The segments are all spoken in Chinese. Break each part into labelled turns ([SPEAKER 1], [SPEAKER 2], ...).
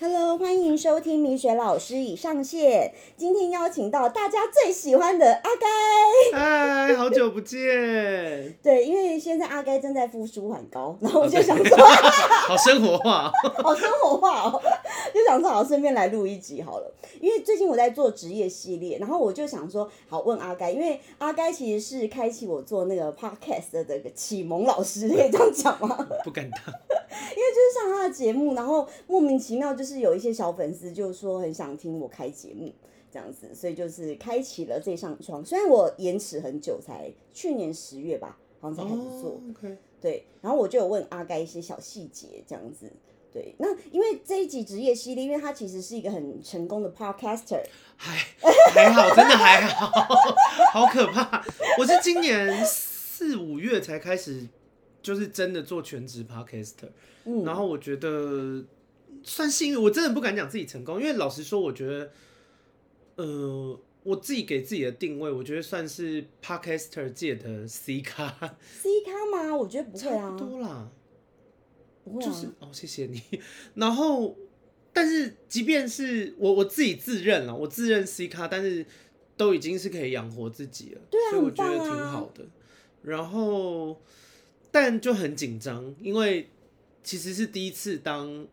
[SPEAKER 1] Hello，欢迎收听米雪老师已上线。今天邀请到大家最喜欢的阿该。
[SPEAKER 2] 嗨，哎好久不见，
[SPEAKER 1] 对，因为现在阿该正在复苏很高，然后我就想说，
[SPEAKER 2] 好生活化哦。
[SPEAKER 1] 好生活化哦，就想说好顺便来录一集好了。因为最近我在做职业系列，然后我就想说，好问阿该，因为阿该其实是开启我做那个 podcast 的这个启蒙老师，可以这样讲吗？
[SPEAKER 2] 不敢当。
[SPEAKER 1] 就是上他的节目，然后莫名其妙就是有一些小粉丝就说很想听我开节目这样子，所以就是开启了这扇窗。虽然我延迟很久才，去年十月吧，好像才开始做。
[SPEAKER 2] 哦，OK，
[SPEAKER 1] 对，然后我就有问阿该一些小细节这样子。对，那因为这一集职业系列，因为他其实是一个很成功的 podcaster，
[SPEAKER 2] 还哎还好，真的还好，好可怕。我是今年四五月才开始，就是真的做全职 podcaster，、
[SPEAKER 1] 嗯
[SPEAKER 2] 然后我觉得算幸运，我真的不敢讲自己成功，因为老实说，我觉得，呃。我自己给自己的定位，我觉得算是 podcaster 界的 C 咖，
[SPEAKER 1] ，C 咖吗？我觉得不会
[SPEAKER 2] 差
[SPEAKER 1] 啊
[SPEAKER 2] 不，多啦。
[SPEAKER 1] 不会啊，
[SPEAKER 2] 就是哦，谢谢你。 然后，但是即便是我我自己自认了，我自认 C 咖，但是都已经是可以养活自己了，
[SPEAKER 1] 对啊
[SPEAKER 2] 所以我
[SPEAKER 1] 很
[SPEAKER 2] 觉
[SPEAKER 1] 棒
[SPEAKER 2] 得挺
[SPEAKER 1] 啊
[SPEAKER 2] 好的。然后，但就很紧张，因为其实是第一次当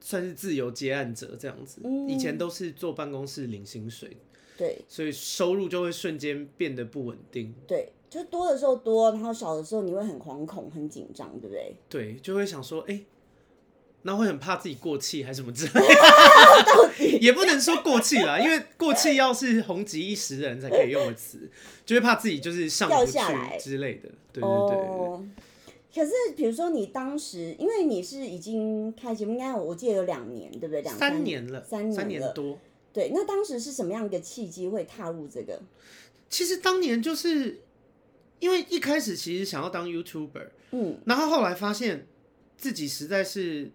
[SPEAKER 2] 算是自由接案者这样子，以前
[SPEAKER 1] 嗯
[SPEAKER 2] 都是坐办公室领薪水，
[SPEAKER 1] 对
[SPEAKER 2] 所以收入就会瞬间变得不稳定。
[SPEAKER 1] 对，就多的时候多，然后少的时候你会很惶恐、很紧张，对不对？
[SPEAKER 2] 对，就会想说，哎、那会很怕自己过气还是什么之 类的，也不能说过气啦，因为过气要是红极一时的人才可以用的词，就会怕自己就是上
[SPEAKER 1] 掉
[SPEAKER 2] 不
[SPEAKER 1] 下来
[SPEAKER 2] 去之类的。对对对对对
[SPEAKER 1] 哦。可是，比如说你当时，因为你是已经开节目，应该我记得有两年，对不对？两
[SPEAKER 2] 三年了，
[SPEAKER 1] 三
[SPEAKER 2] 三
[SPEAKER 1] 年了。
[SPEAKER 2] 多。
[SPEAKER 1] 对，那当时是什么样的契机会踏入这个？
[SPEAKER 2] 其实当年就是因为一开始其实想要当 YouTuber，
[SPEAKER 1] 嗯，
[SPEAKER 2] 然后后来发现自己实在是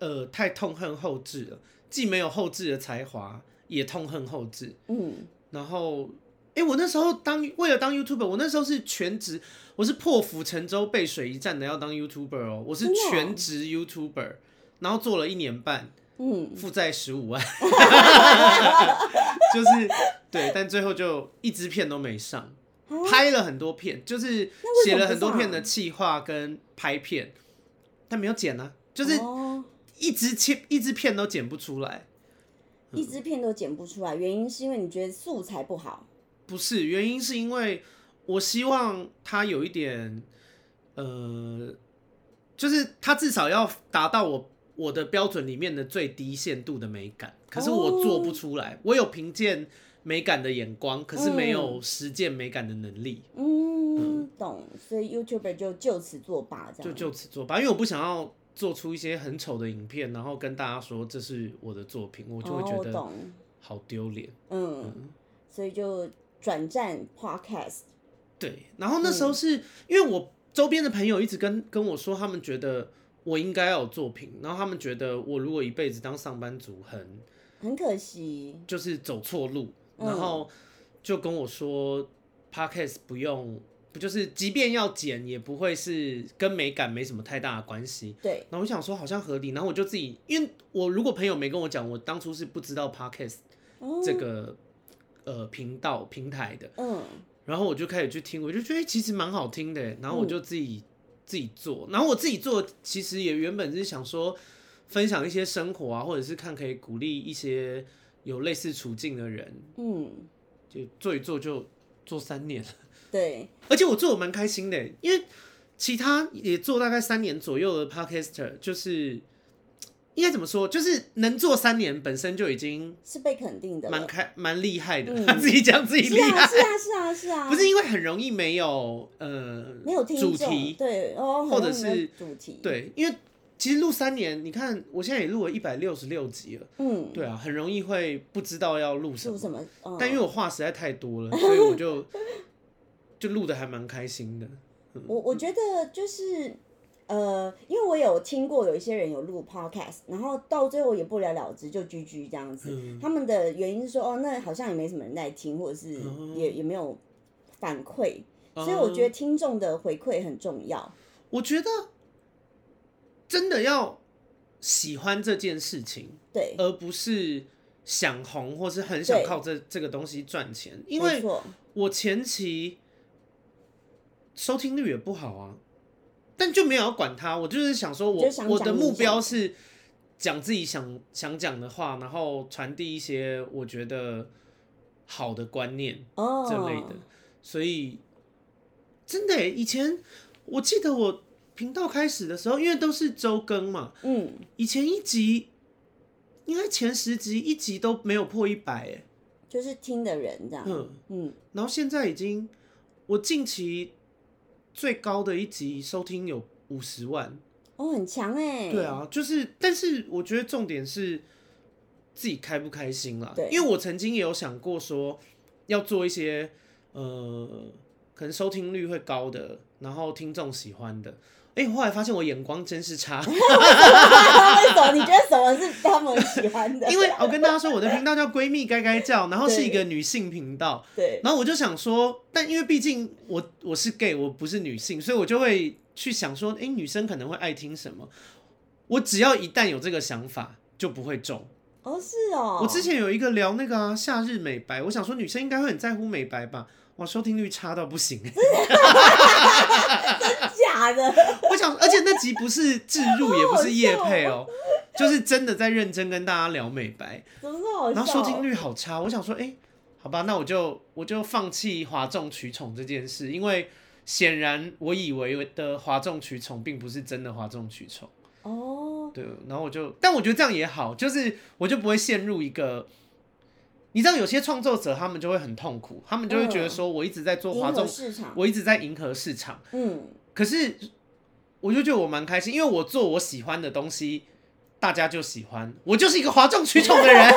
[SPEAKER 2] 呃太痛恨后置了，既没有后置的才华，也痛恨后置。
[SPEAKER 1] 嗯，
[SPEAKER 2] 然后，哎、我那时候当为了当 YouTuber，我那时候是全职，我是破釜沉舟、背水一战的要当 YouTuber 哦，我是
[SPEAKER 1] 真的哦
[SPEAKER 2] 全职 YouTuber，然后做了一年半，
[SPEAKER 1] 嗯，
[SPEAKER 2] 负债十五万， 就是对，但最后就一支片都没上，拍了很多片，就是
[SPEAKER 1] 那为什
[SPEAKER 2] 写
[SPEAKER 1] 么
[SPEAKER 2] 了
[SPEAKER 1] 不
[SPEAKER 2] 很多片的
[SPEAKER 1] 上
[SPEAKER 2] 企划跟拍片，但没有剪啊，就是
[SPEAKER 1] 哦，
[SPEAKER 2] 一支切一支片都剪不出来。嗯
[SPEAKER 1] 一支片都剪不出来，原因是因为你觉得素材不好。
[SPEAKER 2] 不是，原因是因为我希望他有一点，呃，就是他至少要达到我我的标准里面的最低限度的美感。可是我做不出
[SPEAKER 1] 哦
[SPEAKER 2] 来，我有凭借美感的眼光，可是没有实践美感的能力，
[SPEAKER 1] 嗯，懂。所以 YouTuber 就就此作罢，这
[SPEAKER 2] 就
[SPEAKER 1] 样。
[SPEAKER 2] 就此作罢。因为我不想要做出一些很丑的影片，然后跟大家说这是我的作品，我就会
[SPEAKER 1] 哦
[SPEAKER 2] 觉
[SPEAKER 1] 我
[SPEAKER 2] 得
[SPEAKER 1] 懂。
[SPEAKER 2] 好丢脸。
[SPEAKER 1] 嗯，所以就转战 Podcast。
[SPEAKER 2] 对，然后那
[SPEAKER 1] 嗯
[SPEAKER 2] 时候是、因为我周边的朋友一直跟跟我说，他们觉得我应该要有作品，然后他们觉得我如果一辈子当上班族很，
[SPEAKER 1] 很可惜，
[SPEAKER 2] 就是走错路，
[SPEAKER 1] 嗯
[SPEAKER 2] 然后就跟我说，podcast 不用，不就是即便要剪，也不会是跟美感没什么太大的关系。
[SPEAKER 1] 对，
[SPEAKER 2] 然后我想说好像合理，然后我就自己，因为我如果朋友没跟我讲，我当初是不知道 podcast
[SPEAKER 1] 哦
[SPEAKER 2] 这个、呃频道平台的，
[SPEAKER 1] 嗯，
[SPEAKER 2] 然后我就开始去听，我就觉得诶其实蛮好听的，然后我
[SPEAKER 1] 嗯
[SPEAKER 2] 就自己、自己做，然后我自己做其实也原本是想说分享一些生活啊，或者是看可以鼓励一些有类似处境的人，
[SPEAKER 1] 嗯，
[SPEAKER 2] 就做一做就做三年，
[SPEAKER 1] 对，
[SPEAKER 2] 而且我做的蛮开心的，因为其他也做大概三年左右的 podcaster，就是应该怎么说，就是能做三年本身就已经
[SPEAKER 1] 是被肯定的了。
[SPEAKER 2] 蛮开蛮厉害的，
[SPEAKER 1] 嗯
[SPEAKER 2] 他 自己讲自己
[SPEAKER 1] 是
[SPEAKER 2] 厉害
[SPEAKER 1] 啊，。是啊，是啊，是啊，
[SPEAKER 2] 不是因为很容易没有呃
[SPEAKER 1] 没有听
[SPEAKER 2] 主
[SPEAKER 1] 众
[SPEAKER 2] 题，
[SPEAKER 1] 对哦，很
[SPEAKER 2] 或者
[SPEAKER 1] 有没有
[SPEAKER 2] 是
[SPEAKER 1] 主题，，
[SPEAKER 2] 对，因为其实录三年，你看我现在也录了一百六十六集了，
[SPEAKER 1] 嗯，
[SPEAKER 2] 对啊，很容易会不知道要录什
[SPEAKER 1] 是
[SPEAKER 2] 么，
[SPEAKER 1] 什么？嗯
[SPEAKER 2] 但因为我话实在太多了，所以我 就就录的还蛮开心的，
[SPEAKER 1] 我
[SPEAKER 2] 嗯
[SPEAKER 1] 我觉得就是呃，因为我有听过有一些人有录 podcast，然后到最后也不了了之，就居居这样子。
[SPEAKER 2] 嗯
[SPEAKER 1] 他们的原因是说，哦，那好像也没什么人在听，或者是
[SPEAKER 2] 哦
[SPEAKER 1] 也、也没有反馈，所以
[SPEAKER 2] 嗯
[SPEAKER 1] 我觉得听众的回馈很重要。
[SPEAKER 2] 我觉得真的要喜欢这件事情，
[SPEAKER 1] 对，
[SPEAKER 2] 而不是想红或是很想
[SPEAKER 1] 对
[SPEAKER 2] 靠这这个东西赚钱。因
[SPEAKER 1] 没
[SPEAKER 2] 为
[SPEAKER 1] 错，
[SPEAKER 2] 我前期收听率也不好啊，但就没有要管它。我就是想说我
[SPEAKER 1] 就想讲
[SPEAKER 2] 我的
[SPEAKER 1] 你
[SPEAKER 2] 目标
[SPEAKER 1] 想
[SPEAKER 2] 是讲自己想想讲的话，然后传递一些我觉得好的观念。
[SPEAKER 1] 哦，
[SPEAKER 2] 这类的。所以真的耶，以前我记得我频道开始的时候，因为都是周更嘛，
[SPEAKER 1] 嗯，
[SPEAKER 2] 以前一集应该前十集一集都没有破一百，哎，
[SPEAKER 1] 就是听的人这样，
[SPEAKER 2] 嗯，
[SPEAKER 1] 嗯，
[SPEAKER 2] 然后现在已经我近期最高的一集收听有五十万，
[SPEAKER 1] 哦，很强哎，
[SPEAKER 2] 对，啊，就是，但是我觉得重点是自己开不开心啦。
[SPEAKER 1] 对
[SPEAKER 2] 因为我曾经也有想过说要做一些呃，可能收听率会高的，然后听众喜欢的。哎、我后来发现我眼光真是差，
[SPEAKER 1] 为什么？你觉得什么是他们喜欢的？
[SPEAKER 2] 因为我跟大家说，我的频道叫闺蜜该该叫，然后是一
[SPEAKER 1] 对
[SPEAKER 2] 个女性频道，
[SPEAKER 1] 对，
[SPEAKER 2] 然后我就想说，但因为毕竟我我是 gay，我不是女性，所以我就会去想说，哎、女生可能会爱听什么。我只要一旦有这个想法，就不会中。
[SPEAKER 1] 哦，是哦，
[SPEAKER 2] 我之前有一个聊那个、啊、夏日美白，我想说女生应该会很在乎美白吧，哇，收听率差到不行。 欸
[SPEAKER 1] 假的，
[SPEAKER 2] 我想，而且那集不是置入，也不是夜配哦、就是真的在认真跟大家聊美白，
[SPEAKER 1] 怎么那么好笑？哦
[SPEAKER 2] 然后收听率好差。我想说，哎、好吧，那我就我就放弃哗众取宠这件事，因为显然我以为的哗众取宠并不是真的哗众取宠。
[SPEAKER 1] 哦，
[SPEAKER 2] 对，然后我就，但我觉得这样也好，就是我就不会陷入一个，你知道有些创作者他们就会很痛苦，他们就会觉得说我一直在做
[SPEAKER 1] 迎
[SPEAKER 2] 哗
[SPEAKER 1] 合
[SPEAKER 2] 众，
[SPEAKER 1] 市场，
[SPEAKER 2] 我一直在迎合市场，
[SPEAKER 1] 嗯，
[SPEAKER 2] 可是我就觉得我蛮开心，因为我做我喜欢的东西，大家就喜欢，我就是一个哗众取宠 的人，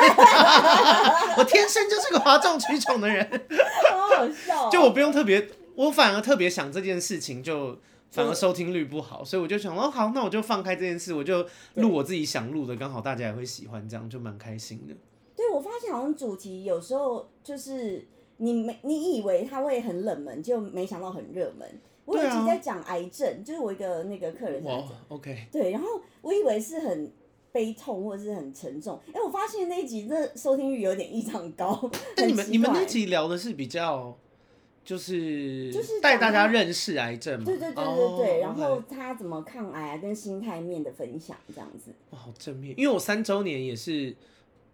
[SPEAKER 2] 我天生就是个哗众取宠的人，
[SPEAKER 1] 好好笑哦，
[SPEAKER 2] 就我不用特别，我反而特别想这件事情就。反而收听率不好，所以我就想，哦，好，那我就放开这件事，我就录我自己想录的，刚好大家也会喜欢，这样就蛮开心的。
[SPEAKER 1] 对，我发现好像主题有时候就是你没你以为它会很冷门，就没想到很热门。我有一
[SPEAKER 2] 对啊
[SPEAKER 1] 集在讲癌症，就是我一个那个客人是癌
[SPEAKER 2] 哇
[SPEAKER 1] 症，
[SPEAKER 2] ，OK，
[SPEAKER 1] 对，然后我以为是很悲痛或者是很沉重，哎，我发现那一集这收听率有点异常高，
[SPEAKER 2] 但你们
[SPEAKER 1] 很奇
[SPEAKER 2] 你们
[SPEAKER 1] 怪
[SPEAKER 2] 那集聊的是比较，就是
[SPEAKER 1] 就是
[SPEAKER 2] 带大家
[SPEAKER 1] 讲
[SPEAKER 2] 认识癌症嘛，
[SPEAKER 1] 对对对对
[SPEAKER 2] 哦
[SPEAKER 1] 对对，然
[SPEAKER 2] OK
[SPEAKER 1] 后他怎么抗癌啊，跟心态面的分享这样子，
[SPEAKER 2] 哇，好正面，因为我三周年也是，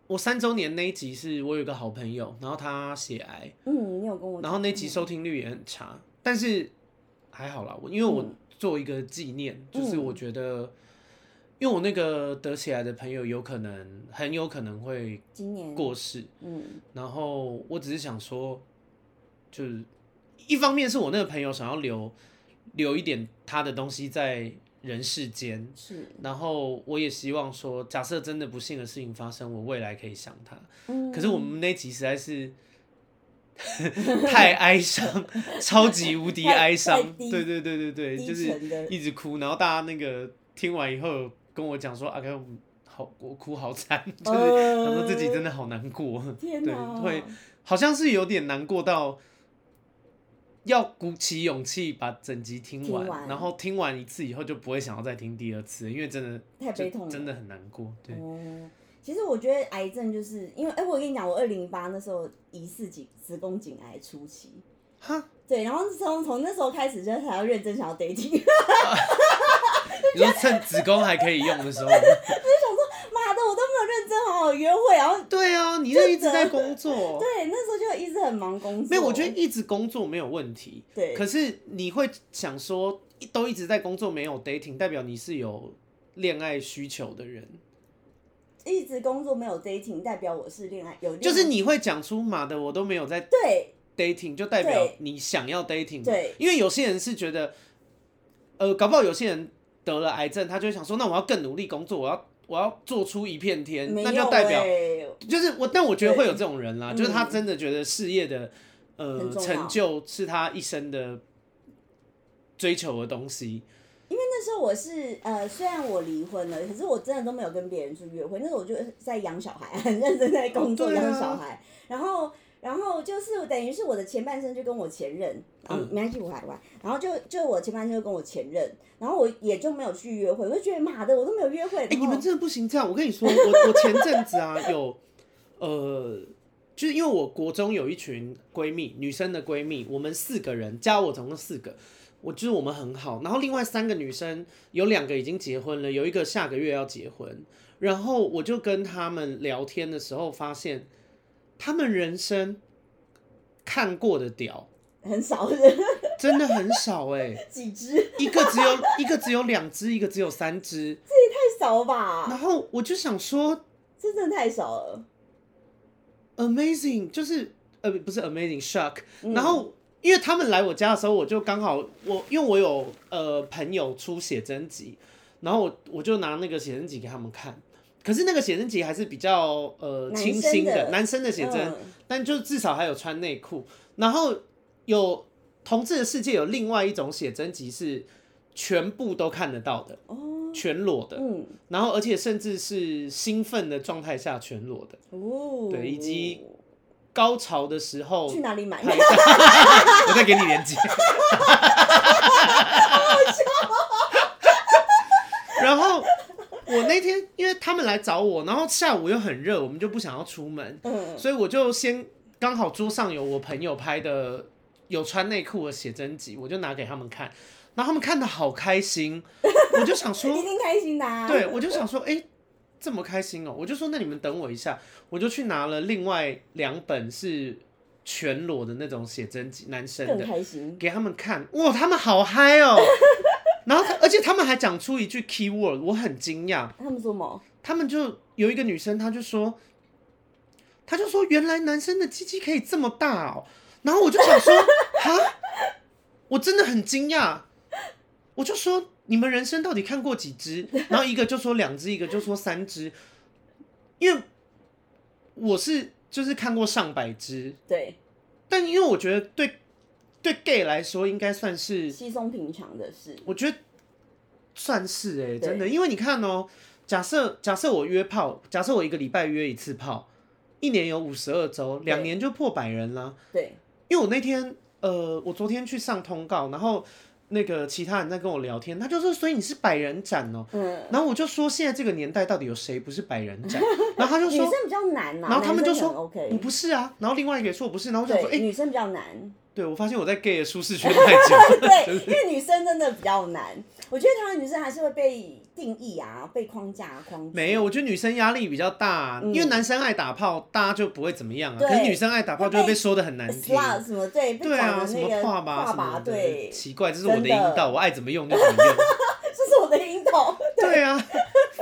[SPEAKER 2] 我三周年那一集是我有一个好朋友，然后他血癌，
[SPEAKER 1] 嗯，你有跟我讲过，
[SPEAKER 2] 然后那集收听率也很差，但是还好啦，我因为我
[SPEAKER 1] 嗯
[SPEAKER 2] 做一个纪念，就是
[SPEAKER 1] 嗯
[SPEAKER 2] 我觉得，因为我那个得血癌的朋友有可能很有可能会
[SPEAKER 1] 今年
[SPEAKER 2] 过世，
[SPEAKER 1] 嗯
[SPEAKER 2] 然后我只是想说，就是一方面是我那个朋友想要留留一点他的东西在人世间，
[SPEAKER 1] 是，
[SPEAKER 2] 然后我也希望说，假设真的不幸的事情发生，我未来可以想他。
[SPEAKER 1] 嗯，
[SPEAKER 2] 可是我们那集实 在是太哀伤，超级无敌哀
[SPEAKER 1] 太
[SPEAKER 2] 伤。
[SPEAKER 1] 低
[SPEAKER 2] 对对对对对，
[SPEAKER 1] 低
[SPEAKER 2] 就是
[SPEAKER 1] 沉的
[SPEAKER 2] 一直哭，然后大家那个听完以后跟我讲说：“啊，我好，我哭好惨，就是想说自己真的好难过。”
[SPEAKER 1] 呃天
[SPEAKER 2] 对
[SPEAKER 1] 哪，
[SPEAKER 2] 会好像是有点难过到要鼓起勇气把整集听完，
[SPEAKER 1] 听完
[SPEAKER 2] 然后听完一次以后就不会想要再听第二次，因为真的
[SPEAKER 1] 太悲痛
[SPEAKER 2] 就
[SPEAKER 1] 了，
[SPEAKER 2] 真的很难过。对，
[SPEAKER 1] 哦，其实我觉得癌症就是因为，哎、我跟你讲，我二零一八那时候疑似颈子宫颈癌初期，
[SPEAKER 2] 哈，
[SPEAKER 1] 对，然后从从那时候开始就才要认真想要 dating，
[SPEAKER 2] 你说趁子宫还可以用的时 候，
[SPEAKER 1] 妈的，我都没有认真好好约会，然后
[SPEAKER 2] 对啊，你就一直在工作，
[SPEAKER 1] 对，那时候就一直很忙工作，
[SPEAKER 2] 没有，我觉得一直工作没有问题，
[SPEAKER 1] 对，
[SPEAKER 2] 可是你会想说都一直在工作没有 dating，代表你是有恋爱需求的人。
[SPEAKER 1] 一直工作没有 dating，代表我是恋爱有恋爱，
[SPEAKER 2] 就是你会讲出妈的，我都没有在
[SPEAKER 1] 对
[SPEAKER 2] dating 就代表
[SPEAKER 1] 对
[SPEAKER 2] 你想要 dating，
[SPEAKER 1] 对
[SPEAKER 2] 因为有些人是觉得，呃，搞不好有些人得了癌症，他就会想说，那我要更努力工作，我要我要做出一片天，
[SPEAKER 1] 没有、
[SPEAKER 2] 那
[SPEAKER 1] 欸，
[SPEAKER 2] 就代表就是我，但我觉得会有这种人啦，
[SPEAKER 1] 对嗯
[SPEAKER 2] 就是他真的觉得事业的呃
[SPEAKER 1] 很重要
[SPEAKER 2] 成就是他一生的追求的东西，
[SPEAKER 1] 因为那时候我是呃，虽然我离婚了，可是我真的都没有跟别人去约会。那时候我就在养小孩，很认真在工作
[SPEAKER 2] 对啊
[SPEAKER 1] 养小孩。然后然后就是等于是我的前半生就跟我前任，啊
[SPEAKER 2] 嗯，
[SPEAKER 1] 没关系，我还玩。然后就就我前半生就跟我前任，然后我也就没有去约会，我就觉得妈的，我都没有约会。
[SPEAKER 2] 哎、
[SPEAKER 1] 然后
[SPEAKER 2] 你们真的不行这样。我跟你说，我我前阵子 啊有，呃，就是因为我国中有一群闺蜜，女生的闺蜜，我们四个人加我总共四个，我就是我们很好。然后另外三个女生有两个已经结婚了，有一个下个月要结婚。然后我就跟她们聊天的时候发现，她们人生看过的屌
[SPEAKER 1] 很少人，
[SPEAKER 2] 真的很少哎、
[SPEAKER 1] 几只
[SPEAKER 2] 一个只有一个只有两只，一个只有三只。
[SPEAKER 1] 太少吧，
[SPEAKER 2] 然后我就想说。
[SPEAKER 1] 这真的太少了。
[SPEAKER 2] amazing，就是呃不是 amazing shock，、
[SPEAKER 1] 嗯
[SPEAKER 2] 然后。因为他们来我家的时候，我就刚好我因为我有呃朋友出写真集，然后我我就拿那个写真集给他们看，可是那个写真集还是比较呃
[SPEAKER 1] 男生
[SPEAKER 2] 清新
[SPEAKER 1] 的
[SPEAKER 2] 男生的写真，
[SPEAKER 1] 嗯
[SPEAKER 2] 但就至少还有穿内裤。然后有同志的世界有另外一种写真集是全部都看得到的，
[SPEAKER 1] 哦，
[SPEAKER 2] 全裸的，
[SPEAKER 1] 嗯，
[SPEAKER 2] 然后而且甚至是兴奋的状态下全裸的。
[SPEAKER 1] 哦，
[SPEAKER 2] 对以及高潮的时候
[SPEAKER 1] 去哪里买？
[SPEAKER 2] 拍一下 我再给你连接。然后我那天因为他们来找我，然后下午又很热，我们就不想要出门，
[SPEAKER 1] 嗯，
[SPEAKER 2] 所以我就先刚好桌上有我朋友拍的有穿内裤的写真集，我就拿给他们看，然后他们看的好开心，我就想说
[SPEAKER 1] 一定开心的、啊。
[SPEAKER 2] 对，我就想说，哎、这么开心哦、我就说，那你们等我一下，我就去拿了另外两本是全裸的那种写真集，男生
[SPEAKER 1] 更
[SPEAKER 2] 的，
[SPEAKER 1] 开心。
[SPEAKER 2] 给他们看，哇，他们好嗨哦、然后他，而且他们还讲出一句 key word，我很惊讶。
[SPEAKER 1] 他们说某，
[SPEAKER 2] 他们就有一个女生，她就说，她就说，原来男生的鸡鸡可以这么大哦、然后我就想说，哈，我真的很惊讶，我就说你们人生到底看过几只？然后一个就说两只，一个就说三只，因为我是就是看过上百只，
[SPEAKER 1] 对，
[SPEAKER 2] 但因为我觉得对对 gay 来说应该算是，
[SPEAKER 1] 稀松平常的事。
[SPEAKER 2] 我觉得算是哎、
[SPEAKER 1] 对
[SPEAKER 2] 真的，因为你看哦、假设假设我约炮，假设我一个礼拜约一次炮，一年有五十二周，两
[SPEAKER 1] 对
[SPEAKER 2] 年就破百人啦。
[SPEAKER 1] 对，
[SPEAKER 2] 因为我那天呃，我昨天去上通告，然后那个其他人在跟我聊天，他就说，所以你是百人斩哦、
[SPEAKER 1] 嗯，
[SPEAKER 2] 然后我就说，现在这个年代到底有谁不是百人斩？ 然后他就
[SPEAKER 1] 女
[SPEAKER 2] 说
[SPEAKER 1] 生，比较难呐、
[SPEAKER 2] 然后他们就说
[SPEAKER 1] 男生很 OK，
[SPEAKER 2] 我不是啊。然后另外一个也说我不是，然后我想说，哎、
[SPEAKER 1] 对，女生比较 难，
[SPEAKER 2] 对我发现我在 gay 的舒适圈太久了。
[SPEAKER 1] 对，因为女生真的比较难。我觉得台湾女生还是会被定义啊，被框架啊框住。
[SPEAKER 2] 没有，我觉得女生压力比较大，
[SPEAKER 1] 嗯
[SPEAKER 2] 因为男生爱打炮，大家就不会怎么样啊。
[SPEAKER 1] 对
[SPEAKER 2] 可是女生爱打炮就会被说的很难听。
[SPEAKER 1] slut 什么对，被
[SPEAKER 2] 对
[SPEAKER 1] 讲
[SPEAKER 2] 啊，
[SPEAKER 1] 的
[SPEAKER 2] 什
[SPEAKER 1] 那
[SPEAKER 2] 么
[SPEAKER 1] 个
[SPEAKER 2] 跨吧
[SPEAKER 1] 跨
[SPEAKER 2] 什
[SPEAKER 1] 吧
[SPEAKER 2] 么的，
[SPEAKER 1] 对，
[SPEAKER 2] 奇怪，这是我
[SPEAKER 1] 真
[SPEAKER 2] 的
[SPEAKER 1] 的
[SPEAKER 2] 阴道，我爱怎么用就怎么用。
[SPEAKER 1] 这是我的引导。
[SPEAKER 2] 对啊，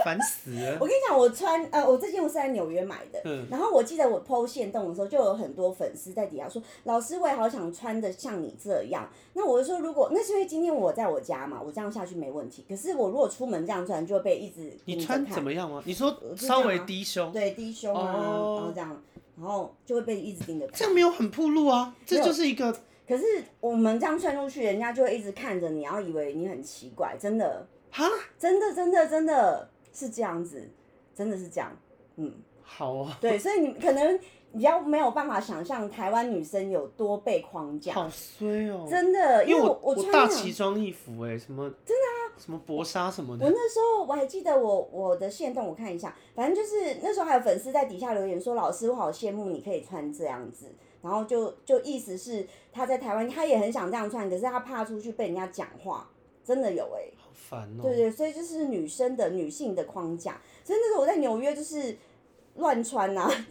[SPEAKER 2] 烦死了
[SPEAKER 1] 我。跟你讲，我穿呃，我最近我是在纽约买的，
[SPEAKER 2] 嗯
[SPEAKER 1] 然后我记得我剖线洞的时候，就有很多粉丝在底下说，老师我也好想穿的像你这样。那我就说，如果那是因为今天我在我家嘛，我这样下去没问题。可是我如果出门这样穿，就会被一直盯
[SPEAKER 2] 你
[SPEAKER 1] 着
[SPEAKER 2] 穿
[SPEAKER 1] 看
[SPEAKER 2] 怎么样吗？你说
[SPEAKER 1] 我是这样
[SPEAKER 2] 稍
[SPEAKER 1] 啊
[SPEAKER 2] 微低胸，
[SPEAKER 1] 对低胸啊，
[SPEAKER 2] 哦
[SPEAKER 1] 然后这样，然后就会被一直盯着
[SPEAKER 2] 这
[SPEAKER 1] 看。
[SPEAKER 2] 样没有很暴露啊，这就是一个
[SPEAKER 1] 可是我们这样穿出去，人家就会一直看着你，然后以为你很奇怪，真的，
[SPEAKER 2] 哈，
[SPEAKER 1] 真的，真的，真的是这样子，真的是这样，嗯。
[SPEAKER 2] 好啊，
[SPEAKER 1] 对，所以你可能比较没有办法想象台湾女生有多被框架，
[SPEAKER 2] 好衰哦。
[SPEAKER 1] 真的，
[SPEAKER 2] 因
[SPEAKER 1] 因
[SPEAKER 2] 为
[SPEAKER 1] 为
[SPEAKER 2] 我
[SPEAKER 1] 我穿
[SPEAKER 2] 大
[SPEAKER 1] 那种
[SPEAKER 2] 奇装异服哎，什么真的啊，什么薄纱什么
[SPEAKER 1] 我
[SPEAKER 2] 的，
[SPEAKER 1] 那时候我还记得我我的线动，我看一下，反正就是那时候还有粉丝在底下留言说，老师我好羡慕你可以穿这样子，然后就就意思是他在台湾他也很想这样穿，可是他怕出去被人家讲话，真的有哎、
[SPEAKER 2] 好烦哦。
[SPEAKER 1] 对对，所以就是女生的女性的框架，所以那时候我在纽约就是乱穿啊呐、